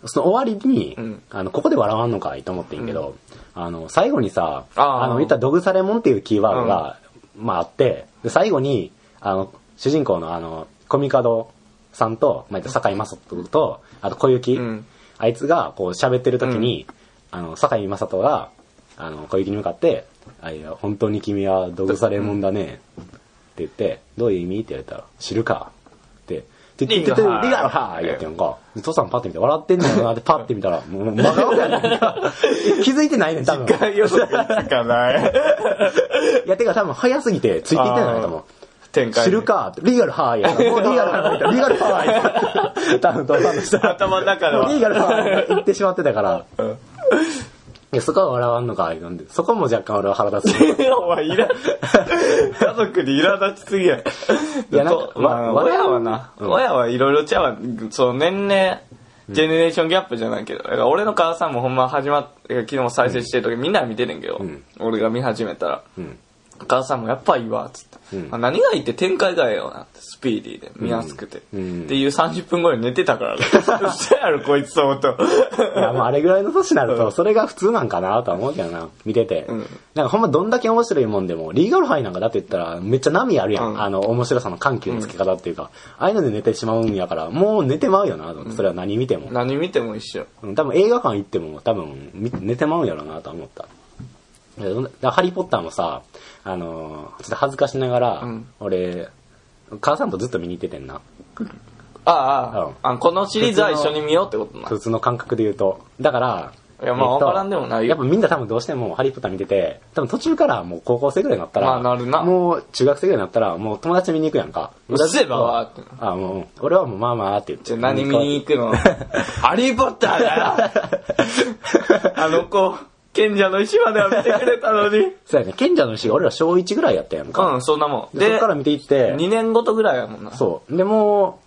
その終わりに、
うん
あの、ここで笑わんのかいと思ってんけど、あの、最後にさ、
あー
あの、言ったらドグサレモンっていうキーワードが、まああって、で、最後に、あの、主人公のあの、コミカドさんと、まあ、言ったら酒井雅人と、あと小雪、
うん
あいつがこう喋ってる時に、あの、酒井雅人が、あの、小雪に向かって、あいや、本当に君はドグサレモンだね、って言って、どういう意味って言われたら、知るか。って。で、
リン
リ
ガ
ガ
ハ
ロ
ー
ハーやってんか。で父さんパッて見て、笑ってんのよなってパッて見たら、もう、真顔やねんか。気づいてないねん、多分。
て。概要とかいつかない。
いや、てか多分早すぎて、ついていってないと思う。
展開。
知る。かって、リガルハーやな。もうリガルハーやなリガルハーやな多分父さんの人は
頭の中で
もうリガ
は。
ルハーやな言ってしまってたから。
うん
いや、そこは笑わんのか、なんで。そこも若干俺は腹立つ。
[laughs] お前、いら、家族に苛立ちすぎや。
いやなんか
とまあ
わ
親はな、
うん
親はいろいろちゃうわ。その年齢、ジェネレーションギャップじゃないけど、だから俺の母さんもほんま始まっ、昨日も再生してる時、みんな見てるんけど、
うん
俺が見始めたら、
うん。
母さんもやっぱいいわ、つって。
うん
まあ何がいいって展開がええよなって、スピーディーで、見やすくて。
うん
っていう30分後に寝てたからね。嘘やろ、こいつと思う
[laughs]
と。
いや、もうあれぐらいの年になると、それが普通なんかなとは思うけどな、見てて。
ん
なんかほんまどんだけ面白いもんでも、リーガルハイなんかだって言ったら、めっちゃ波あるやん。
うん
あの、面白さの緩急のつけ方っていうか、ああいうので寝てしまうんやから、もう寝てまうよなと思って、それは何見ても。
何見ても一緒。
うん多分映画館行っても、多分み寝てまうんやろなとは思った。いやどんなだからハリーポッターもさ、あのーちょっと恥ずかしながら、
うん
俺、母さんとずっと見に行っててんな。
ああ、あ
うん
ああこのシリーズは一緒に見ようってことな。
普通の感覚で言うと。だから、
いやまあ
えっと
わからんでもないよ
やっぱみんな多分どうしてもハリーポッター見てて、多分途中からもう高校生ぐらいになったら、
まあなるな
もう中学生ぐらいになったら、もう友達見に行くやんか。
うっせえばわーって。
あ、もううん、俺はもうまあまあって言って。
じゃあ何見に行くの [laughs] ハリーポッター [laughs] だよあの子、賢者の石までは見てくれたのに。
そうやね、賢者の石が俺ら小1ぐらいやったやんか。
うん、そんなもん。
で、そ
で
っか、ら見ていって、
2年ごとぐらいやもんな。
そう。でも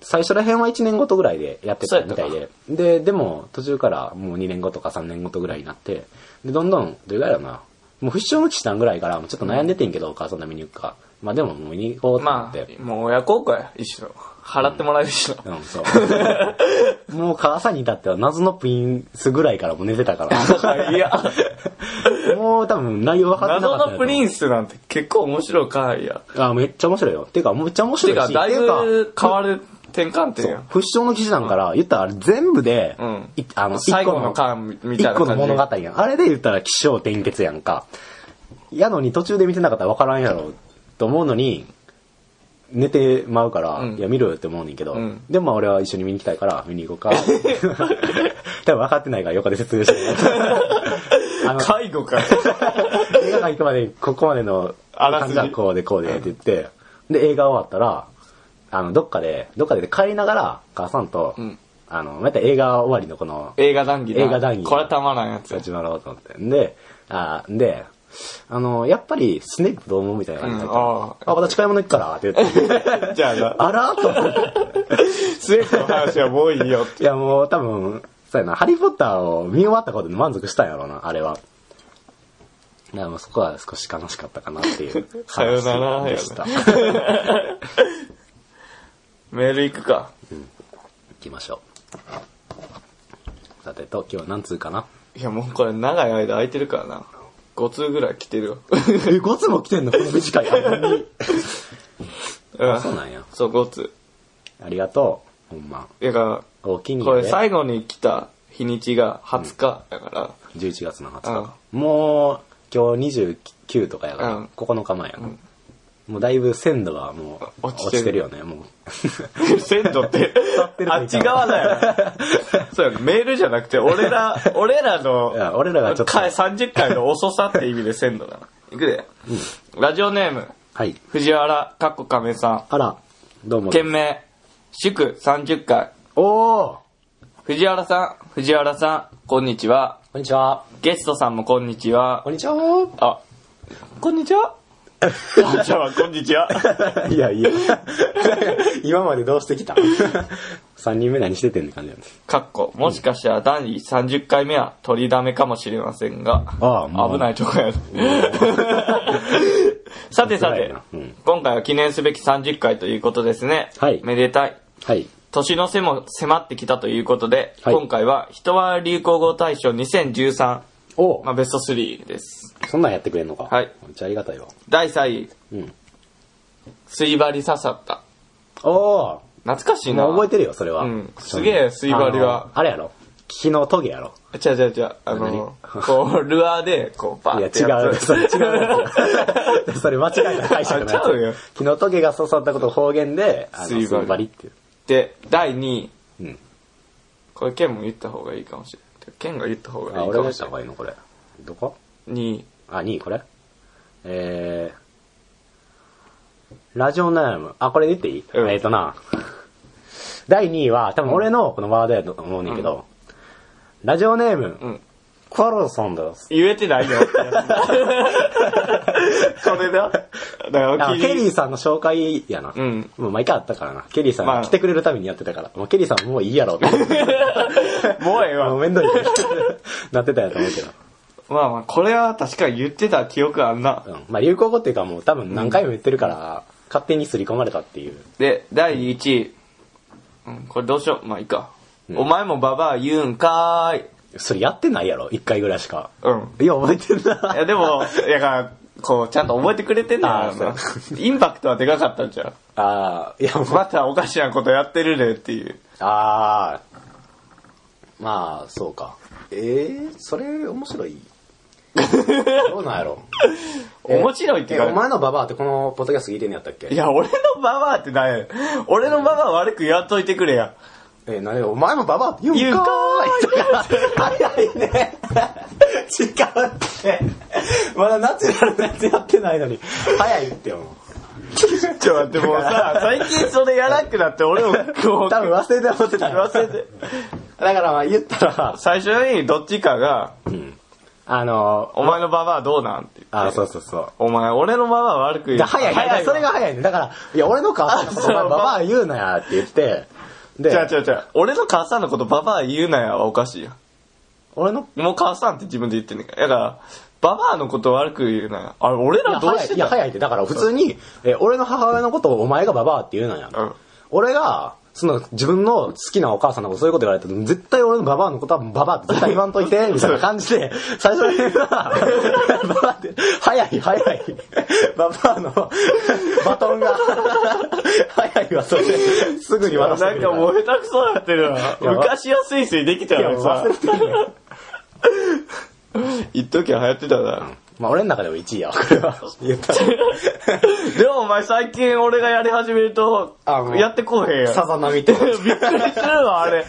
う、最初ら辺は1年ごとぐらいでやってたみたい
そうや
で。で、でも途中からもう2年ごとか3年ごとぐらいになって、で、どんどん、どれぐらいだろうな。もう不祥のしたんぐらいから、もうちょっと悩んでてんけど、お母さんの見に行くか。まあでももう見に行こうと思っ
ま
て。
あ、もう親孝行や、一緒。払ってもらえるし [laughs] な。
うん、そう。 [laughs] もう母さんに至っては謎のプリンスぐらいからもう寝て
[laughs]
たから。
いや、
もう多分内容分かってなか
謎
った。
のプリ
ン
ンスなんて結構面白い回や。
あ、めっちゃ面白いよ。てか、めっちゃ面白
て
いし。
か、だい
て
ぶ変わる転換点や。
不祥の騎士団から、言ったらあれ全部で、
うん
いあの、
最後
一個
の巻みたい
一
な
個
感
の物
じ。
語やん。あれで言ったら起承転結やんか。やのに途中で見てなかったら分からんやろと思うのに、寝てまうから、
うん
いや見ろよって思うねんけど、
うん
でもまあ俺は一緒に見に行きたいから見に行
[laughs]
こうか多分分かってないから横で説明して
[laughs]
あの
介護か。
[laughs] 映画館行くまでにここまでの
あらす
感
じ
じはこうでこうでって言って、で映画終わったらあのどっかでどっかで帰りながら母さんと、
うん
あのまた映画終わりのこの
[laughs] 映画談義だ
映画談義
これたまらんやつや
立。ち回ろうと思ってであーであのやっぱりスネープどう思うみたいな感じで、
うんあ
あまた近いもの行くからって言っ
[laughs]
て
じゃあな、
あらーと思って
スウェットの話はもういいよって。
いやもう多分、そうやな、ハリーポッターを見終わったことで満足したんやろうな、あれは。だからもうそこは少し悲しかったかなっていう
[laughs] さよなら
でした。行
メール行くか。
きましょう。さてと、今日は何通かない
やもうこれ長い間空いてるからな。5通ぐらい来てるよ。
え、5通も来 [laughs] てんのこの短い間に。
うん
そうなんや。
そう、5通。
ありがとう。ほんま。
いやか
お気
ら、
に
こ
入
れ
りで。
最後に来た日にちが20日だか
11月の20日。もう、今日29とかやから、
うん
9日前やから。もうだいぶ鮮度がもう
落
落
ち
ち
てる
てるよね、もう。
ら、鮮度って
って、る
あっち側だよな。そうやね、メールじゃなくて、俺ら、俺らの
[laughs] い、や俺らがちょっと。
回30回の遅さって意味で鮮度だな。いくで。ラジオネーム、
はい。
藤原、かっこ亀さん。
あら、どうも。
件名、祝30回。
おー
藤原さん、藤原さん、こんにちは。
こんにちは。
ゲストさんもこんにちは。
こんにちは。
あ、こんにちは。あちゃんはこんにちは。
[laughs] いやいや。今までどうしてき [laughs] た ?3 人目何しててんって感じなんです。
かっこ、もしかしたら第30回目は取りだめかもしれませんが、
ああもう
危ないとこやる。さてさ
危ない
て
な、うん
今回は記念すべき30回ということですね。
はい
めでたい。
はい。
年の瀬も迫ってきたということで、
はい
今回は人は流行語大賞2013、
お
まあ、ベスト3です。
そんなんやってくれんのか。
はい。
めっちゃありがたいわ。
第3位、
うん。
水針刺さった。
お
懐かしい
ー
な。
もう覚えてるよ、それは。
うんすげえ水針は
あの。あれやろ木のトゲやろ
違う違う違う。あの、こう、ルアーで、こう、バ
い
ー
や、
って
違
や [laughs]
う。
つ
それ違うや [laughs] つ。それ間違いない解釈のや
あちゃうよ
つ。木のトゲが刺さったことを方言で、あの、
水針
水針っていう。
で、第2位。
うん
これ、ケンも言った方がいいかもしれない。ケンが言った方が
あ、
いいか
俺がや
も
っ
したれな
方がいいのこれ。どこ
い。2位。
あ、2位これえー、ラジオネーム。あ、これ言っていい、
うん
えっ、とな。第2位は、多分俺のこのワードやと思うねんけど、ラジオネーム、
ん
クワロソンです。
言えてないよってや
[laughs]
つ。それだ。だからお
あ
気に
ケ
入
リ
り、
ーさんの紹介やな。
うん
もう毎回あったからな。ケリーさん
まあ
が来てくれるためにやってたから。もうケリーさんもういいやろ
[laughs]
って。
もうええ
[laughs]
わ。
もうめんどいってなってたやと思うけど。
まあまあ、これは確かに言ってた記憶あんな。
うん。まあ流行語っていうかもう多分何回も言ってるから、勝手に刷り込まれたっていう。
で、第1位。うん、これどうしよう。まあいいか。お前もババア言うんかーい。
それやってないやろ一回ぐらいしか。
うん。
いや、覚えてる
い
な。
やでも、やから、こう、ちゃんと覚えてくれてんだよな
あ。
インパクトはでかかったんじゃん。
あー、いや、ま、
またおかしなことやってるねっていう。
あー。まあ、そうか。ええそれ、面白いどうなんやろ
面白いって
え、
いう
お
か、
前のババアってこのポッドキャスト聞いてんのやったっけ
いや、俺のババアってなんや俺のババア悪く言わんといてくれや。
えー、なにお前もババアって言
言う
うん
か
かーい早いね。 [laughs] 違うって。まだナチュラルなやつやってないのに。早いって思う。
ちょっと待って、もうさ、最近それやらなくなって、俺もこう、
多分忘れて思ってた。
忘れて。
だからまあ言ったら、
最初にどっちかが、
あの
お前のババアどうなんって言って。
あ、そうそうそう。
お前、俺のババア悪く言う。
だ早い早い。それが早いね。だから、いや、俺の母さんのこと
あ
お
そう
前ババア言うなやって言って、
じゃあ、
で、
じゃあ、じゃ俺の母さんのことババア言うなやはおかしいよ。
俺の、
もう母さんって自分で言ってんねんから。だから、ババアのこと悪く言うなや。あれ、俺
い
ら
や、
どう
早
し
い
て
いや、
た
早いって。だから普通に、え、俺の母親のことをお前がババアって言うなや
うん。
俺が、その自分の好きなお母さんのことそういうこと言われても絶対俺のババアのことはババアって絶対言わんといて、みたいな感
[laughs]
じで、最初に言うな、ババアって、早い早い。ババアのバトンが、 [laughs] 早いわ、それ。すぐに渡してく
な
れ
ん
る
かもう下手くそになってるな。
いや
昔はスイスイできた
いや
のに
忘
さ
れ、てるね
一時は流行ってたな。
まあ俺の中でも1位やわ、こ
[laughs]
れは。言ったら。
でもお前最近俺がやり始めると
あも、う
やってこうへんやん。
[laughs] さざ波って。
[laughs] びっくりするわ、
[laughs]
あれ。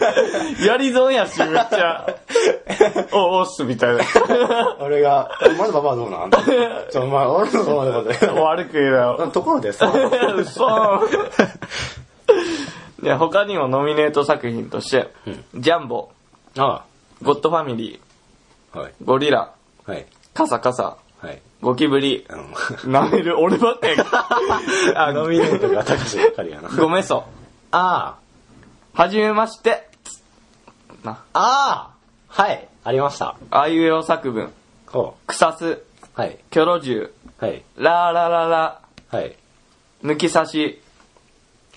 やり損やし、めっちゃ。お、おっす、みたいな。
俺が、お前のパパはどうなん [laughs] ちょ、お前、俺のパパの
[laughs]
ことで。
悪く言うなよ。
ところでさ、
[laughs]
[laughs]
嘘。で、他にもノミネート作品として、ジャンボ、
あ
ゴッドファミリ
あ、はい、
ー、ゴリラ、
はい、
カサカサ、
はい。
ゴキブリ
あ、の、 [laughs]
なめる、俺ばっかやん
あノミネートが高橋ばっかりやな。
ごめそ、
あ
はじめまして、つな、
あ、ああ、はい、ありました。
あいうえお作文、
お
クサス、
はい、
キョロジュ、
はい、
ラーラララ、
はい、
抜き差し、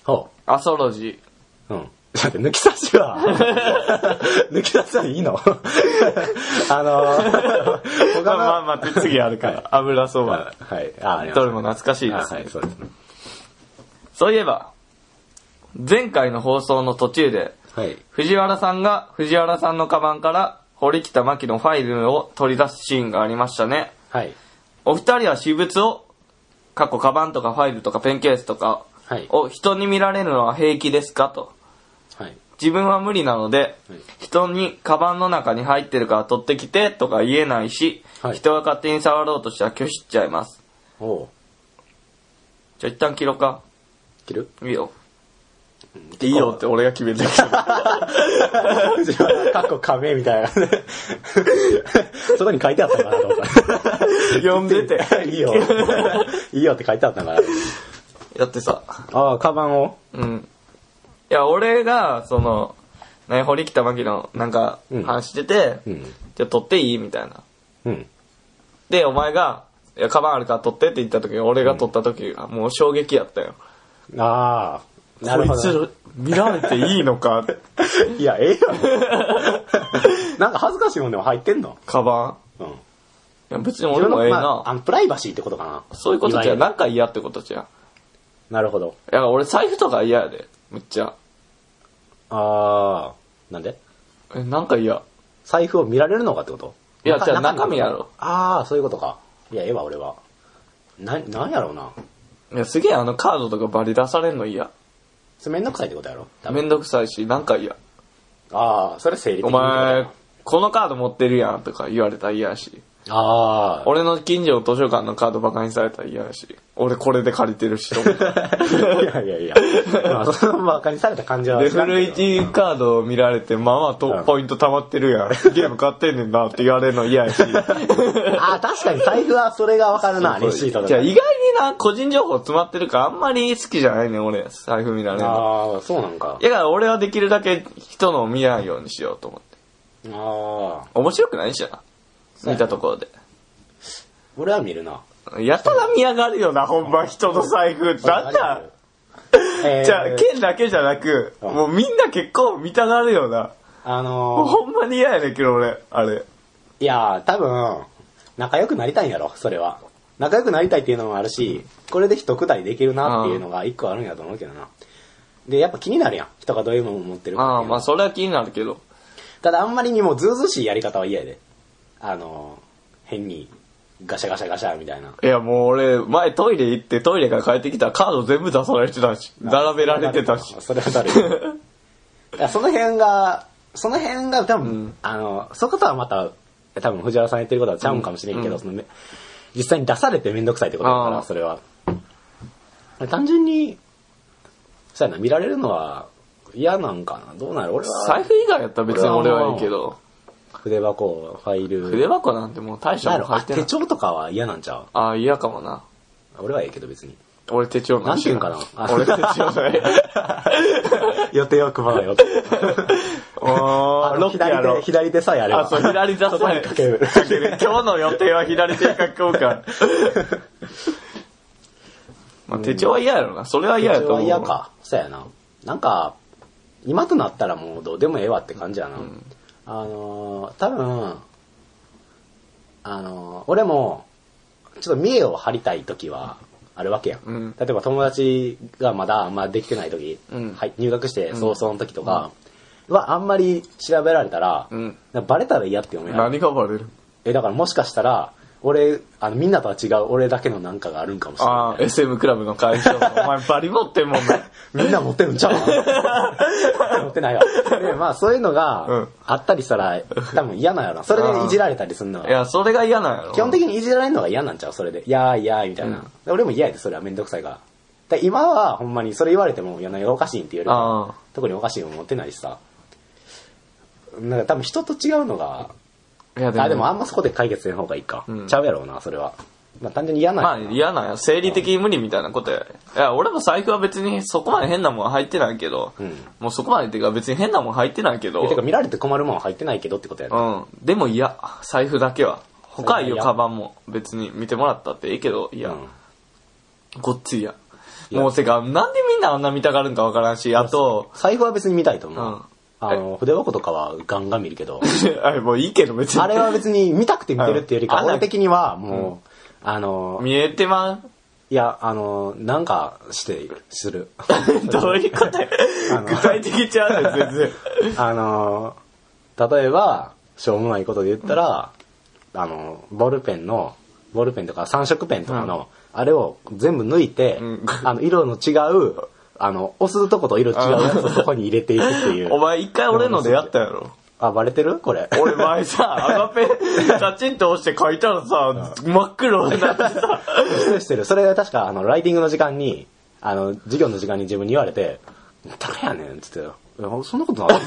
お
アソロジ
うん。だって抜き差しは、 [laughs] 抜き差しはいいの [laughs] あのー、他の、
まあまあ待って次ある
[laughs]
から。油そば。
はい、あ、ありま
ど
し
れも懐かしい
た。
で
あ
す
は
ね
い、。そうですね。
そういえば、前回の放送の途中で、
はい。
藤原さんが藤原さんのカバンから堀北真希のファイルを取り出すシーンがありましたね。
はい。
お二人は私物を、過去カバンとかファイルとかペンケースとか
はい
を人に見られるのは平気ですかと。
はい。
自分は無理なので、
はい
人にカバンの中に入ってるから取ってきてとか言えないし、
はい
人が勝手に触ろうとしたら拒否しちゃいます。
おう
じゃあ一旦切ろうか。
切る [laughs]
いいよ。いいよって俺が決めてる。
かっこ亀みたいな。そこに書いてあったのかなと思った。
呼んでて。
[laughs] いいよ。いいよって書いてあったのか
[laughs] やってさ。
な。ああ、カバンを
うん。いや、俺が、その、ね、堀北真希のなんか
うん
話してて、
うん
じゃあ取っていいみたいな。
うん。
で、お前が、いや、カバンあるから取ってって言った時、俺が取った時、あもう衝撃やったよ。
ああ、なるほど。
こいつ見られていいのか
[laughs]
って
いや、ええやん。なんか恥ずかしいもんでも入ってんの
カバ
うん。
ン。いや、別に俺もええな。
まああの、プライバシーってことかな。
そういうことじゃ
わゆる。
なんか嫌ってことじゃん。い
なるほど。
や、俺財布とか嫌やで。むっちゃ。
ああ、なんで
え、なんか嫌。
財布を見られるのかってこと
いやじゃあ
中
中身やろ。
ああ、そういうことか。いや、ええわ、俺は。な、なんやろうな。
いや、すげえあのカードとかバリ出されんの嫌。
それめんどくさいってことやろ多分
めんどくさいし、なんか嫌。
ああ、それ整理的
お
に
前、このカード持ってるやんとか言われたら嫌やし。
ああ。
俺の近所の図書館のカードバカにされたら嫌やし。俺これで借りてるしと思
[laughs]
って。
[laughs] いやいやいや。まあ、その馬鹿にされた感じは
で、
知らんけど。
古市カードを見られて、まあまあとポイント溜まってるやん。ゲーム買ってんねんなって言われるの嫌やし。
ああ、確かに財布はそれがわかるな、レシートとか。
じゃあ意外にな、個人情報詰まってるからあんまり好きじゃないねん、俺。財布見られるの。
ああ、そうなんか
い。やだから俺はできるだけ人のを見ないようにしようと思って。
ああ。
面白くないしな。見たところで。
俺は見るな。
やたら見やがるよな、ほんま人の財布。なんだ
え
[laughs]
ー
じゃあ、剣だけじゃなく、
うん
もうみんな結構見たがるよな。も
あ
う
のー、
ほんまに嫌やねんけど俺、あれ。
いやー、多分、仲良くなりたいんやろ、それは。仲良くなりたいっていうのもあるし、これで一くだりできるなっていうのが一個あるんやと思うけどな。で、やっぱ気になるやん。人がどういうものを持ってるか
ああ、
っていうの
まあそれは気になるけど。
ただあんまりにもずうずうしいやり方は嫌やで。あのー、変にガシャガシャガシャみたいな。
いやもう俺、前トイレ行ってトイレから帰ってきたらカード全部出されてたし、並べられてたし。
それは誰だからその辺が、その辺が多分、
うん
あの、そういうことはまた、多分藤原さん言ってることはちゃうんかもしれんけど、
うん
そのめ実際に出されてめんどくさいってことだか
あー
ら、それは。単純に、そうやな、見られるのは嫌なんかな。どうなる俺
財
は
布以外やったら別に俺はいいけど、
筆箱、ファイル。
筆箱なんてもう大した
なん
も
や
ん
ろ
入
あ
ってな
手
い。
帳とかは嫌なんちゃう
ああ、嫌かもな。
俺はええけど
[laughs]
別に。
俺手帳な
なんん
してな
いうんかなあ
俺手帳ない。 [laughs]
予定は組まないよって。
あ
あの左手、左手さえあれば。
あ、そう、左出さ
そこ
ない。
にかける。 [laughs]
今日の予定は左手に書こうか。まあ、手帳は嫌やろな。それは嫌やと思う。
嫌か。そうやな。なんか、今となったらもうどうでもええわって感じやな。あのー、多分、あのー、俺も、ちょっと見栄を張りたい時はあるわけやん。
うん
例えば友達がまだあんまできてない時、
うん
はい、入学して早々の時とかはあんまり調べられたら、
うん
なんかバレたら嫌って思うやん
何がバレる
え、だからもしかしたら、俺、あの、みんなとは違う俺だけのなんかがあるんかもしれない。
ああ、SM クラブの会
[laughs]
社お前バリ持ってんもんな。
みんな持ってるんちゃ
[laughs]
う持ってないわ。で、まあそういうの
う
が
ん
あったりしたら、多分嫌なんやろ。それでいじられたりするの
い
は。
や、それが嫌なんやろ。
基本的にいじられるのが嫌なんちゃうそれで。いやーいやーいみたいな。で俺も嫌やで、それはめんどくさいから。で今はほんまにそれ言われても、いや、何がおかしいんって言える
ああ。
特におかしいもん持ってないしさ。なんか多分人と違うのが、
いや
あ、でもあんまそこで解決せん方がいいか。
うん
ちゃうやろうな、それは。まあ単純に嫌なんや
ま
な
あ嫌なんや。生理的無理みたいなことや。いや、俺も財布は別にそこまで変なもん入ってないけど、
うん
もうそこまでっていうか別に変なもん入ってないけど、
えてか見られて困るもんは入ってないけどってことやね。
うん。でも嫌。財布だけは。他はいいよ、
財布は
カ
嫌
バンも。別に見てもらったっていいけど、嫌。
うん
こっち嫌。
いや
もうせか、なんでみんなあんな見たがるんかわからんし、あと、
財布は別に見たいと思
うん [laughs]
う。あの、筆箱とかはガンガン見るけど、 [laughs]
あれもういいけど別に。
あれは別に見たくて見てるっていうより
う
か、
ん
俺的にはもう、あの、
見えてまん。
いや、あの、なんかして、する。
[laughs]
[laughs]
どういうことや
あの
[laughs] 具体的ちゃうねん全然。
あの、例えば、しょうもないことで言ったら、あの、ボールペンの、ボールペンとか三色ペンとかの、あれを全部抜いて、
うん
[laughs] あの、色の違う、あの、押すとこと色違うやつをそこに入れていくってい
[laughs] お
う。
前一回俺のでやったやろ。
あ、バレて
[laughs]
るこれ。
俺前さ、赤ペン、カチンと押して書いたらさ、真っ黒になってさ、
失礼してる。それは確か、あの、ライティングの時間に、あの、授業の時間に自分に言われて、誰やねんっつって、いやそんなことない。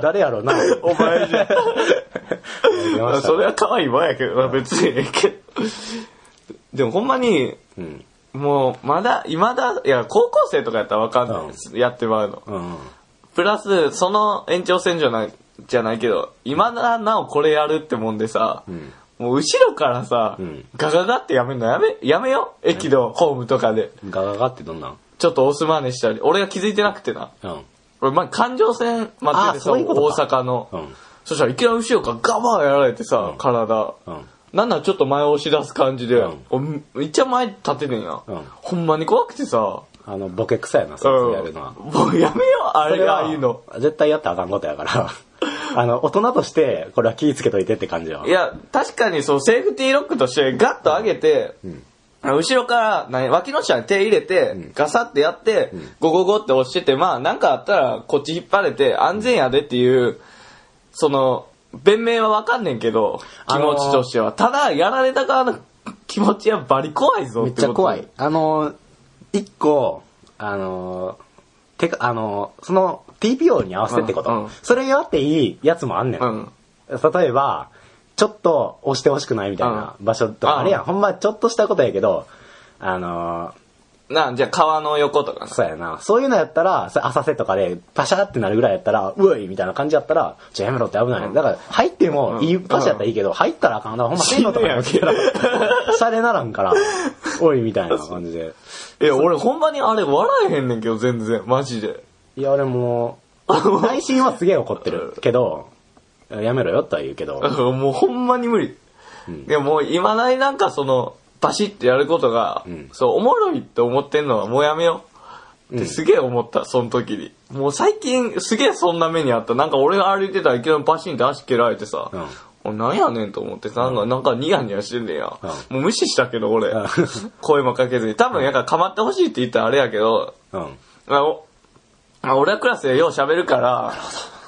[laughs]
誰やろうな。
[laughs] お前じゃ。
出ました
それは可愛いわやけどな、別にええけど。でもほんまに、
うん。
もう、まだ、いまだ、いや、高校生とかやったらわかんないです。やってまうの。
うん。
プラス、その延長線じゃない、じゃないけど、今だなおこれやるってもんでさ、
ん
もう後ろからさ、
うん
ガガガってやめるのやめ、やめよ。駅のホームとかで。
ガガガってどんなん
ちょっと押す真似したり、俺が気づいてなくてな。
うん。
俺、ま、環状線待ってて
あ
さ、
そういうこと
大
か
阪の。
うん。
そしたらいきなり後ろからガバーやられてさ、
うん
体。
うん。
なんならちょっと前押し出す感じで
うん、
おめっちゃ前立っててんや、
うん
ほんまに怖くてさ、
あの、ボケ臭いな、
う
そ
ん
うやるのは。
もうやめよう、あ
そ
れ
れ
が
は
ああいうの。。
絶対やったらあかんこと
[laughs]
やから。あの、大人として、これは気ぃつけといてって感じよ
い。や、確かにそう、セーフティーロックとしてガッと上げて、後ろから、何、脇の下に手入れて、ガサってやって、ゴゴゴって押してて、まあ、なんかあったら、こっち引っ張れて、安全やでっていう、その、弁明はわかんねんけど、気持ちとしては。ただ、やられた側の気持ちはバリ怖いぞ
め
っ
ってち
こと。
ゃ怖い。。あの、一個、あの、てか、あの、その TPO に合わせてってこと。
うんうん
それに合っていいやつもあんねん。
うん。
例えば、ちょっと押してほしくないみたいな場所
う
と
ん
か、あれやん、ほんまちょっとしたことやけど、あの、
な、じゃあ川の横とかさ。
そうやな。そういうのやったら、それ浅瀬とかで、パシャってなるぐらいやったら、うえいみたいな感じやったら、じゃあやめろって危ない。だから、入っても、いいパシャやったらいいけど、入ったらあかんな。ほんま、線路とかに落ちた
[laughs]
ら、シャレならんから、おいみたいな感じで。
いや、俺ほんまにあれ笑えへんねんけど、全然。マジで。
いや、
[laughs]
俺もう、内心はすげえ怒ってるけど、やめろよとは言うけど、
もうほんまに無理。でももう今ないなんかその、バシッてやることが、
うん
そう、おもろいって思ってんのはもうやめよう。ってすげえ思った、その時に。もう最近すげえそんな目にあった。なんか俺が歩いてたらいきなりバシンって足蹴られてさ、
うん
俺なんやねんと思ってさ、なんか、なんかニヤニヤしてんねや。
う
もう無視したけど俺、
うん
声もかけずに。多分やから構ってほしいって言ったらあれやけど、
うん。
あおあ俺はクラスでよう喋るから、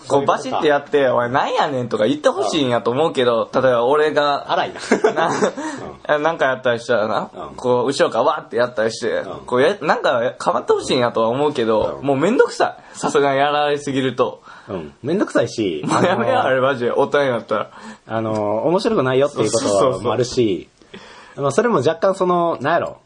こうバシってやって、お前なんやねんとか言ってほしいんやと思うけど、例えば俺が、
荒いな。
な [laughs] なんかやったりしたらな
う、ん
こう後ろからわーってやったりして
うん、
こうや、なんかかまってほしいんやとは思うけど、
うん
もうめんどくさい。さすがにやられすぎると。
うん。めんどくさい
[laughs]
し、
もうやめよう、
あの
あれマジで。大人になったら。
あの、面白くないよっていうこ
そ
と
うそうそう
はもあるし、まあそれも若干その、なんやろ、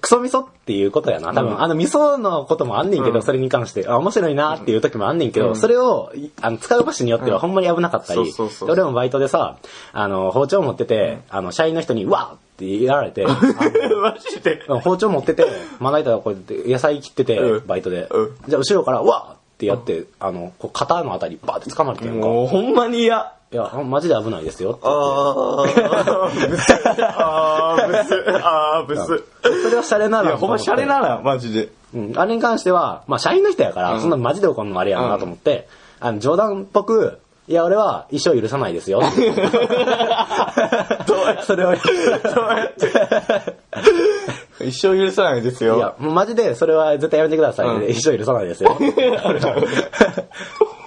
クソ味噌っていうことやな。多分、あの味噌のこともあんねんけど、
うん
それに関して、あ、面白いなっていう時もあんねんけど、
うん
それを、いあの、使う場所によってはほんまに危なかったり、
そうそうそう
で俺もバイトでさ、あの、包丁持ってて、あの、社員の人に、わーってやら
[laughs]
れて、あ
マジで。
の包丁持ってて、まな板がこうやって、野菜切ってて、
うん
バイトで、
うん
じゃあ後ろから、わーってやって、あの、こう肩のあたりバーって掴まれてる
もうほんまに嫌。
いや、マジで危ないですよ。
あー、ブス。あー、ブス。あー、ブス。
それはシャレないら
や、ほんまシャレなら、マジで。
うん。あれに関しては、まあ、社員の人やから、そんなマジで怒るのもあれやなと思って、あの、冗談っぽく、いや、俺は一生許さないですよ。
[laughs]
[laughs] それを、い [laughs]
一生許さないですよ。
や、もうマジでそれは絶対やめてください、ね
うん
一生許さない
[laughs]
ですよ。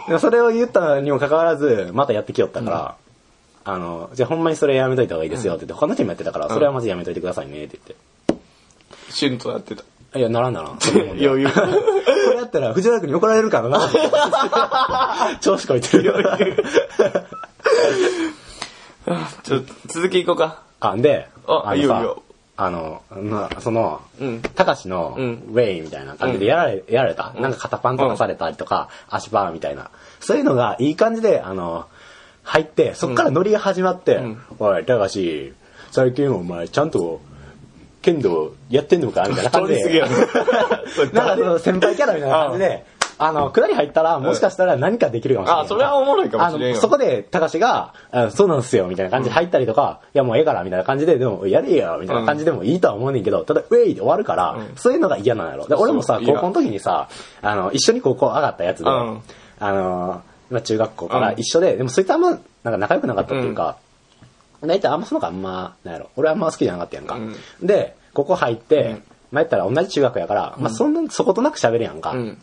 でもそれを言ったにもかかわらず、またやってきよったから、あの、じゃあほんまにそれやめといた方がいいですよって言って、他の人もやってたから、それはマジやめといてくださいねって言
シュンとなってた。
って。いや、ならんならん。
余 [laughs] 裕。
これやったら藤原君に怒られるか
[laughs]
らな。調子こいてる。
ちょっと、続きいこうか。
あ、で、
あ
の
いいよいいよ
あの、なその
うん、
たかしのウ
ん
ェイみたいな感じでやられ、やられた。なんか肩パンとかされたりとか、足パンみたいな。そういうのがいい感じで、あの、入って、そっからノリが始まって、おい、たかし、最近お前ちゃんと、剣道やってんのかみたいな感
[laughs]
じ
通り過ぎや
で
ろ。。
なんか [laughs] その先輩キャラみたいな感じで、あの、下り入ったら、もしかしたら何かできるかもしれない。
あ、それはおもろいかも
あ
しれん
の、
よ。
そこで、たかしが、あそうなんすよ、みたいな感じで入ったりとか、いや、もうええから、みたいな感じで、でも、やれよ、みたいな感じでもいいとは思うねんけど、ただ、ウェイで終わるから、そういうのが嫌なんやろ。で、俺もさ、
そう
高
嫌
校の時にさ、あの、一緒に高校上がったやつで、
うん
あの、今中学校から
うん
一緒で、でもそいつあんま、なんか仲良くなかったっていうか、大体あんまその子あんま、なんやろ。俺あんま好きじゃなかったやんか。
うん
で、ここ入って、前やったら同じ中学やから、まあそんな、そことなく喋るやんか。
うん。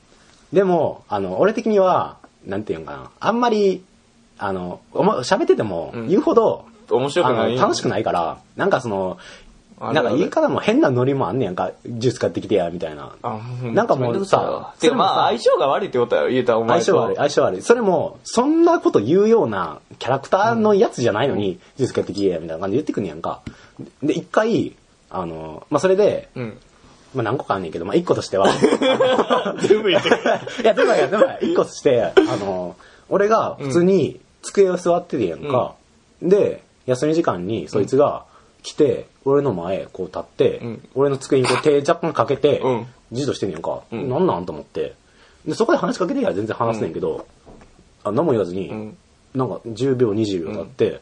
でも、あの、俺的には、なんていうんかな、あんまり、あの、おも喋ってても
ん
言うほど、
面白く
あ
ない
の楽しくないから、なんかその、
あ
な
れ
んか言い方も変なノリもあんねやんか、ジュース買ってきてや、みたいな。
あ、
なんかもうさ
てか
それもさ
まあ、相性が悪いってことは言えたお前
相
と。
性悪い、相性悪い。それも、そんなこと言うようなキャラクターのやつじゃないのに、ジュース買ってきてや、みたいな感じで言ってくんねやんか。で、一回、あの、まあ、それで、
うん。
まあ、何個かあんねんけど、まあ、一個としては、
[laughs] 全部言ってくれ。
[laughs] いや、でもや、でもや、一個して、あの、俺が普通に机を座っててやんか、で、休み時間にそいつが来て、俺の前こう立って、
うん
俺の机にこう手若干かけて
うん、
じっとしてんねやんか、
ん
なんなんと思って。で、そこで話しかけてやら全然話せねんけど、あ何も言わずに、
ん
なんか10秒、20秒経って、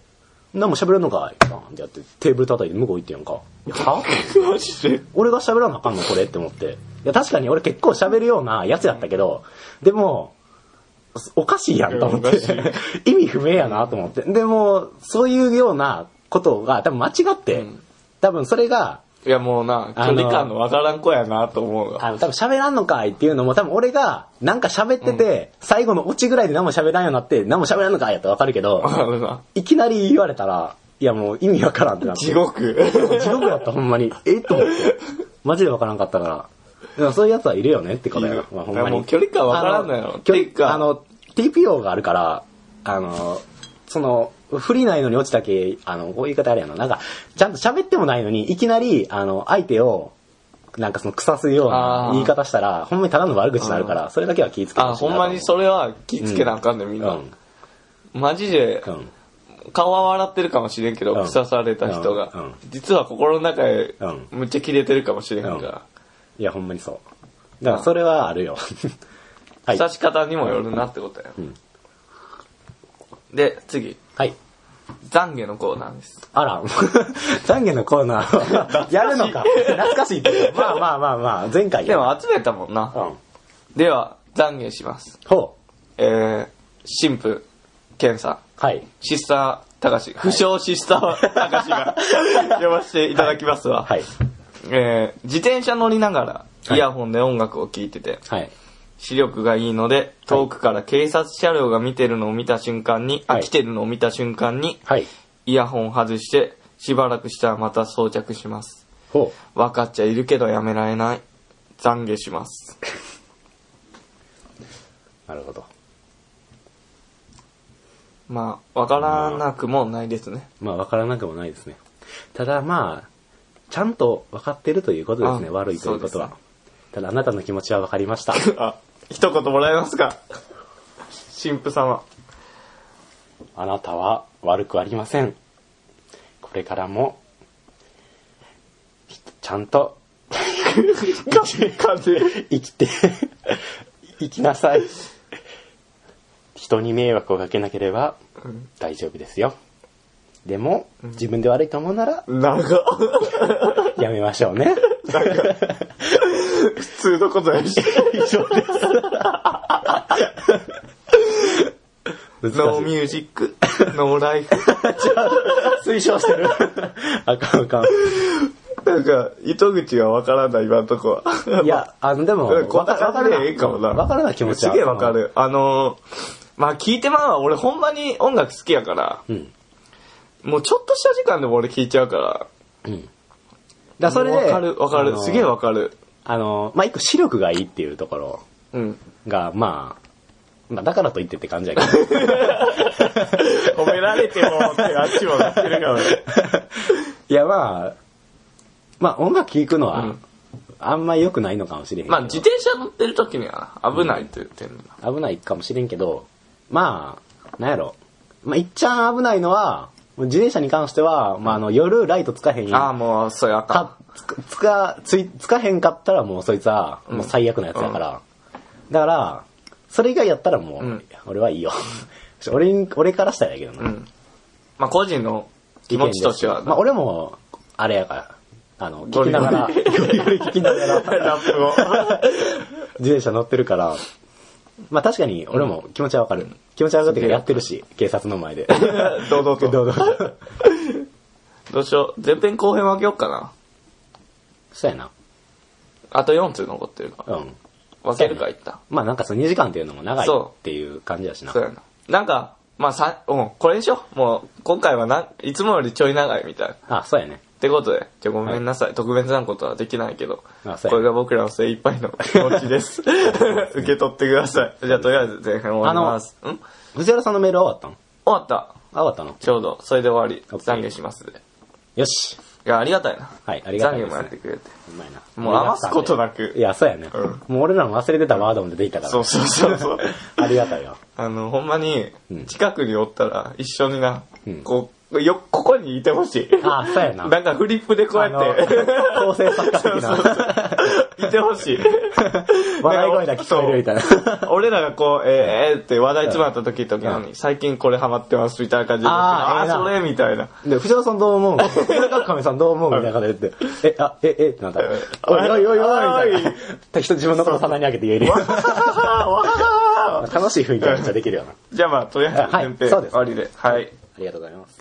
何も喋らんのかいバーンってやって、テーブル叩いて向こう行ってんやんか。いや、は
マジで。
俺が喋らなあかんのこれって思って。いや、確かに俺結構喋るようなやつやったけど、でも、おかしいやんと思っ
い
て
やおか。
[laughs] 意味不明やなと思って。でも、そういうようなことが多分間違って、多分それが、
いやもうな、距
あの
離感のわからん子やなと思うわ。
[laughs] あの、多分喋らんのかいっていうのも、多分俺がなんか喋ってて、最後のオチぐらいで何も喋らんようになって、何も喋らんのかいやったらわかるけど、
[laughs] あのな、
いきなり言われたら、いやもう意味わからんってなって
地。
[laughs]
獄。
地獄だった、ほんまに。えと思って。マジでわからんかったから。でもそういうやつはいるよねってことや
い
な
る。
まあ、ほんま
も
に。
う距離感わからんのやろ
あ距離
てか
あの、TPO があるから、あの、その、不利ないのに落ちたけ、あの、こういう言い方あれやな。なんか、ちゃんと喋ってもないのに、いきなり、あの、相手を、なんかその、腐すよう
あ
な
ー
言い方したら、ほんまにただの悪口になるから、それだけは気ぃつけて
あ、
ほしい
ほ
な
ん
と思う
まにそれは気ぃつけなあかんね、みん
う。。
なんマジで
う、ん。
顔は笑ってるかもしれんけど、
うん
腐された人
うんう
が
ん。
実は心の中で
うん、
むっちゃ切れてるかもしれんが。
いや、ほんまにそう。だから、それはあるよ。 [laughs] はい。
刺し方にもよるなってことや
うん。
で、次、
はい。
懺悔のコーナーです。
あら、 [laughs] 懺悔のコーナー、やるのか。懐かしいって。まあまあまあまあ、前回
で
や。
も集めたもん
う
な。
ん。
では、懺悔します。
ほう。
えー、神父、健さん。
はい。
シスター、高志。不詳シスター、高志
[laughs]
が呼ばせていただきますわ。
はい。
えー自転車乗りながら、イヤホンで音楽を聴いてて、
はい。
視力がいいので、遠くから警察車両が見てるのを見た瞬間に、
はい
あ、来てるのを見た瞬間に、
はい。
イヤホンを外して、しばらくしたらまた装着します。
ほう。
分かっちゃいるけどやめられない。懺悔します。
なるほど。
まあ、わからなくもないですね。
まあ、わからなくもないですね。ただまあ、ちゃんと分かってるということですね。
あ
悪いということ
そ
は
うで。
ただ、あなたの気持ちは分かりました。
[laughs] あ、一言もらえますか神父様。
あなたは悪くありません。これからも、ちゃんと
風。
生きて [laughs] 生きなさい人に迷惑をかけなければ大丈夫ですよでも自分で悪いと思うなら
[laughs] 長っ。
やめましょうね
普通のことやし。
以上です難しい
[laughs] ノーミュージック、ノーライフ。
推奨してる。あかんあか
[laughs] なんか、糸口がわからない、今んとこは。
ん。いや、あの、でも、
うんこんな感じでええかもな。
わからない気持ちは
すげえわかる。あのー、まあ聞いてまうわ。俺ほんまに音楽好きやから、
うん。
もうちょっとした時間でも俺聞いちゃうから。
うん。だからそれで、
わかる、わか
あ
る。
の
すげえわかる。
あの、まあ、一個視力がいいっていうところ
うん。
が、まあ、まあ、だからといってって感じやけど。
褒められてもってあっちもなってるからね。
[laughs] いや、まあ、まあ、音楽聴くのは、
うん
あんま良くないのかもしれへんけど。
[laughs] まあ自転車乗ってる時には危ないと言ってんの。
危ないかもしれんけど、まあ、なんやろ。まあ、いっちゃん危ないのは、自転車に関しては、まあ、あの、夜ライトつかへん
ああ、もう、それあかん
か。つかつかついつかへんかったらもうそいつはもう最悪のやつだから、だからそれ以外やったらもう、
うん
俺はいいよ [laughs] 俺に俺からしたらやけどな、
うん。まあ個人の気持ちとしては。
まあ、俺もあれやからあの聞きながら
ゴ
聞きな
[laughs]
がら
ラップを。
自転車乗ってるからまあ確かに俺も気持ちはわかる、気持ちはわかるけどやってるし警察の
[laughs]
前で
堂々と。
[laughs] どうぞ
どうしよう。前編後編分けようかな。
そうやな
あと4通残ってるから。
うん
分けるか、いった。
まあなんかその2時間っていうのも長い
そう
っていう感じやしな
そうやな。なんか、まあさ、うん、これにしよう。もう、今回はな、いつもよりちょい長いみたいな。っ
あそうやね
てことで、じゃあごめんなさい。特別なことはできないけど
あ、そうや
これが僕らの精一杯の気持ち
[laughs]
です。受け取ってください。じゃあとりあえず前編終わります。ん終
藤原さんのメールは終わっ
わった。
たのあ終わったの
ちょうど、それで終わり。
OK
懺悔しますで。い
よし。
や、ありがたいな。
はい、ありがとう
懺悔
ご
も
ざ
や
い
っ
ま
て。
す
くれて。
うまいな。
もう余すことなく
いや、そうやね。
う
もう俺らも忘れてたワードも出てきたから。
そうそうそうそう。
ありがたいよ。
[laughs] あの、ほんまに
うん、
近くにおったら一緒にな、
うん
こう、よ、ここにいてほしい。
あそうやな。
なんかフリップでこうやって、
あの構成作家的
そうそう
な。
そういてほしい。
[laughs] 笑い声だけ聞こえるみたいな
そう俺らがこう、えー、えーって話題詰まった時々なのに、最近これハマってますみたいな感じで、
あーええな
あー、それみたいな。
で、藤原さんどう思う村上さんどう思うみたいな感じで言って、え、あ、え、え、ってなったら
うん
おいおいおいおい
おい
みたいな。人自分のこと棚に上げて言えるよ。楽しい雰囲気がめっちゃできるよな。
[laughs] じゃあまあ、とりあえず、
はい
前編
そうです
終わりで。はい。
ありがとうございます。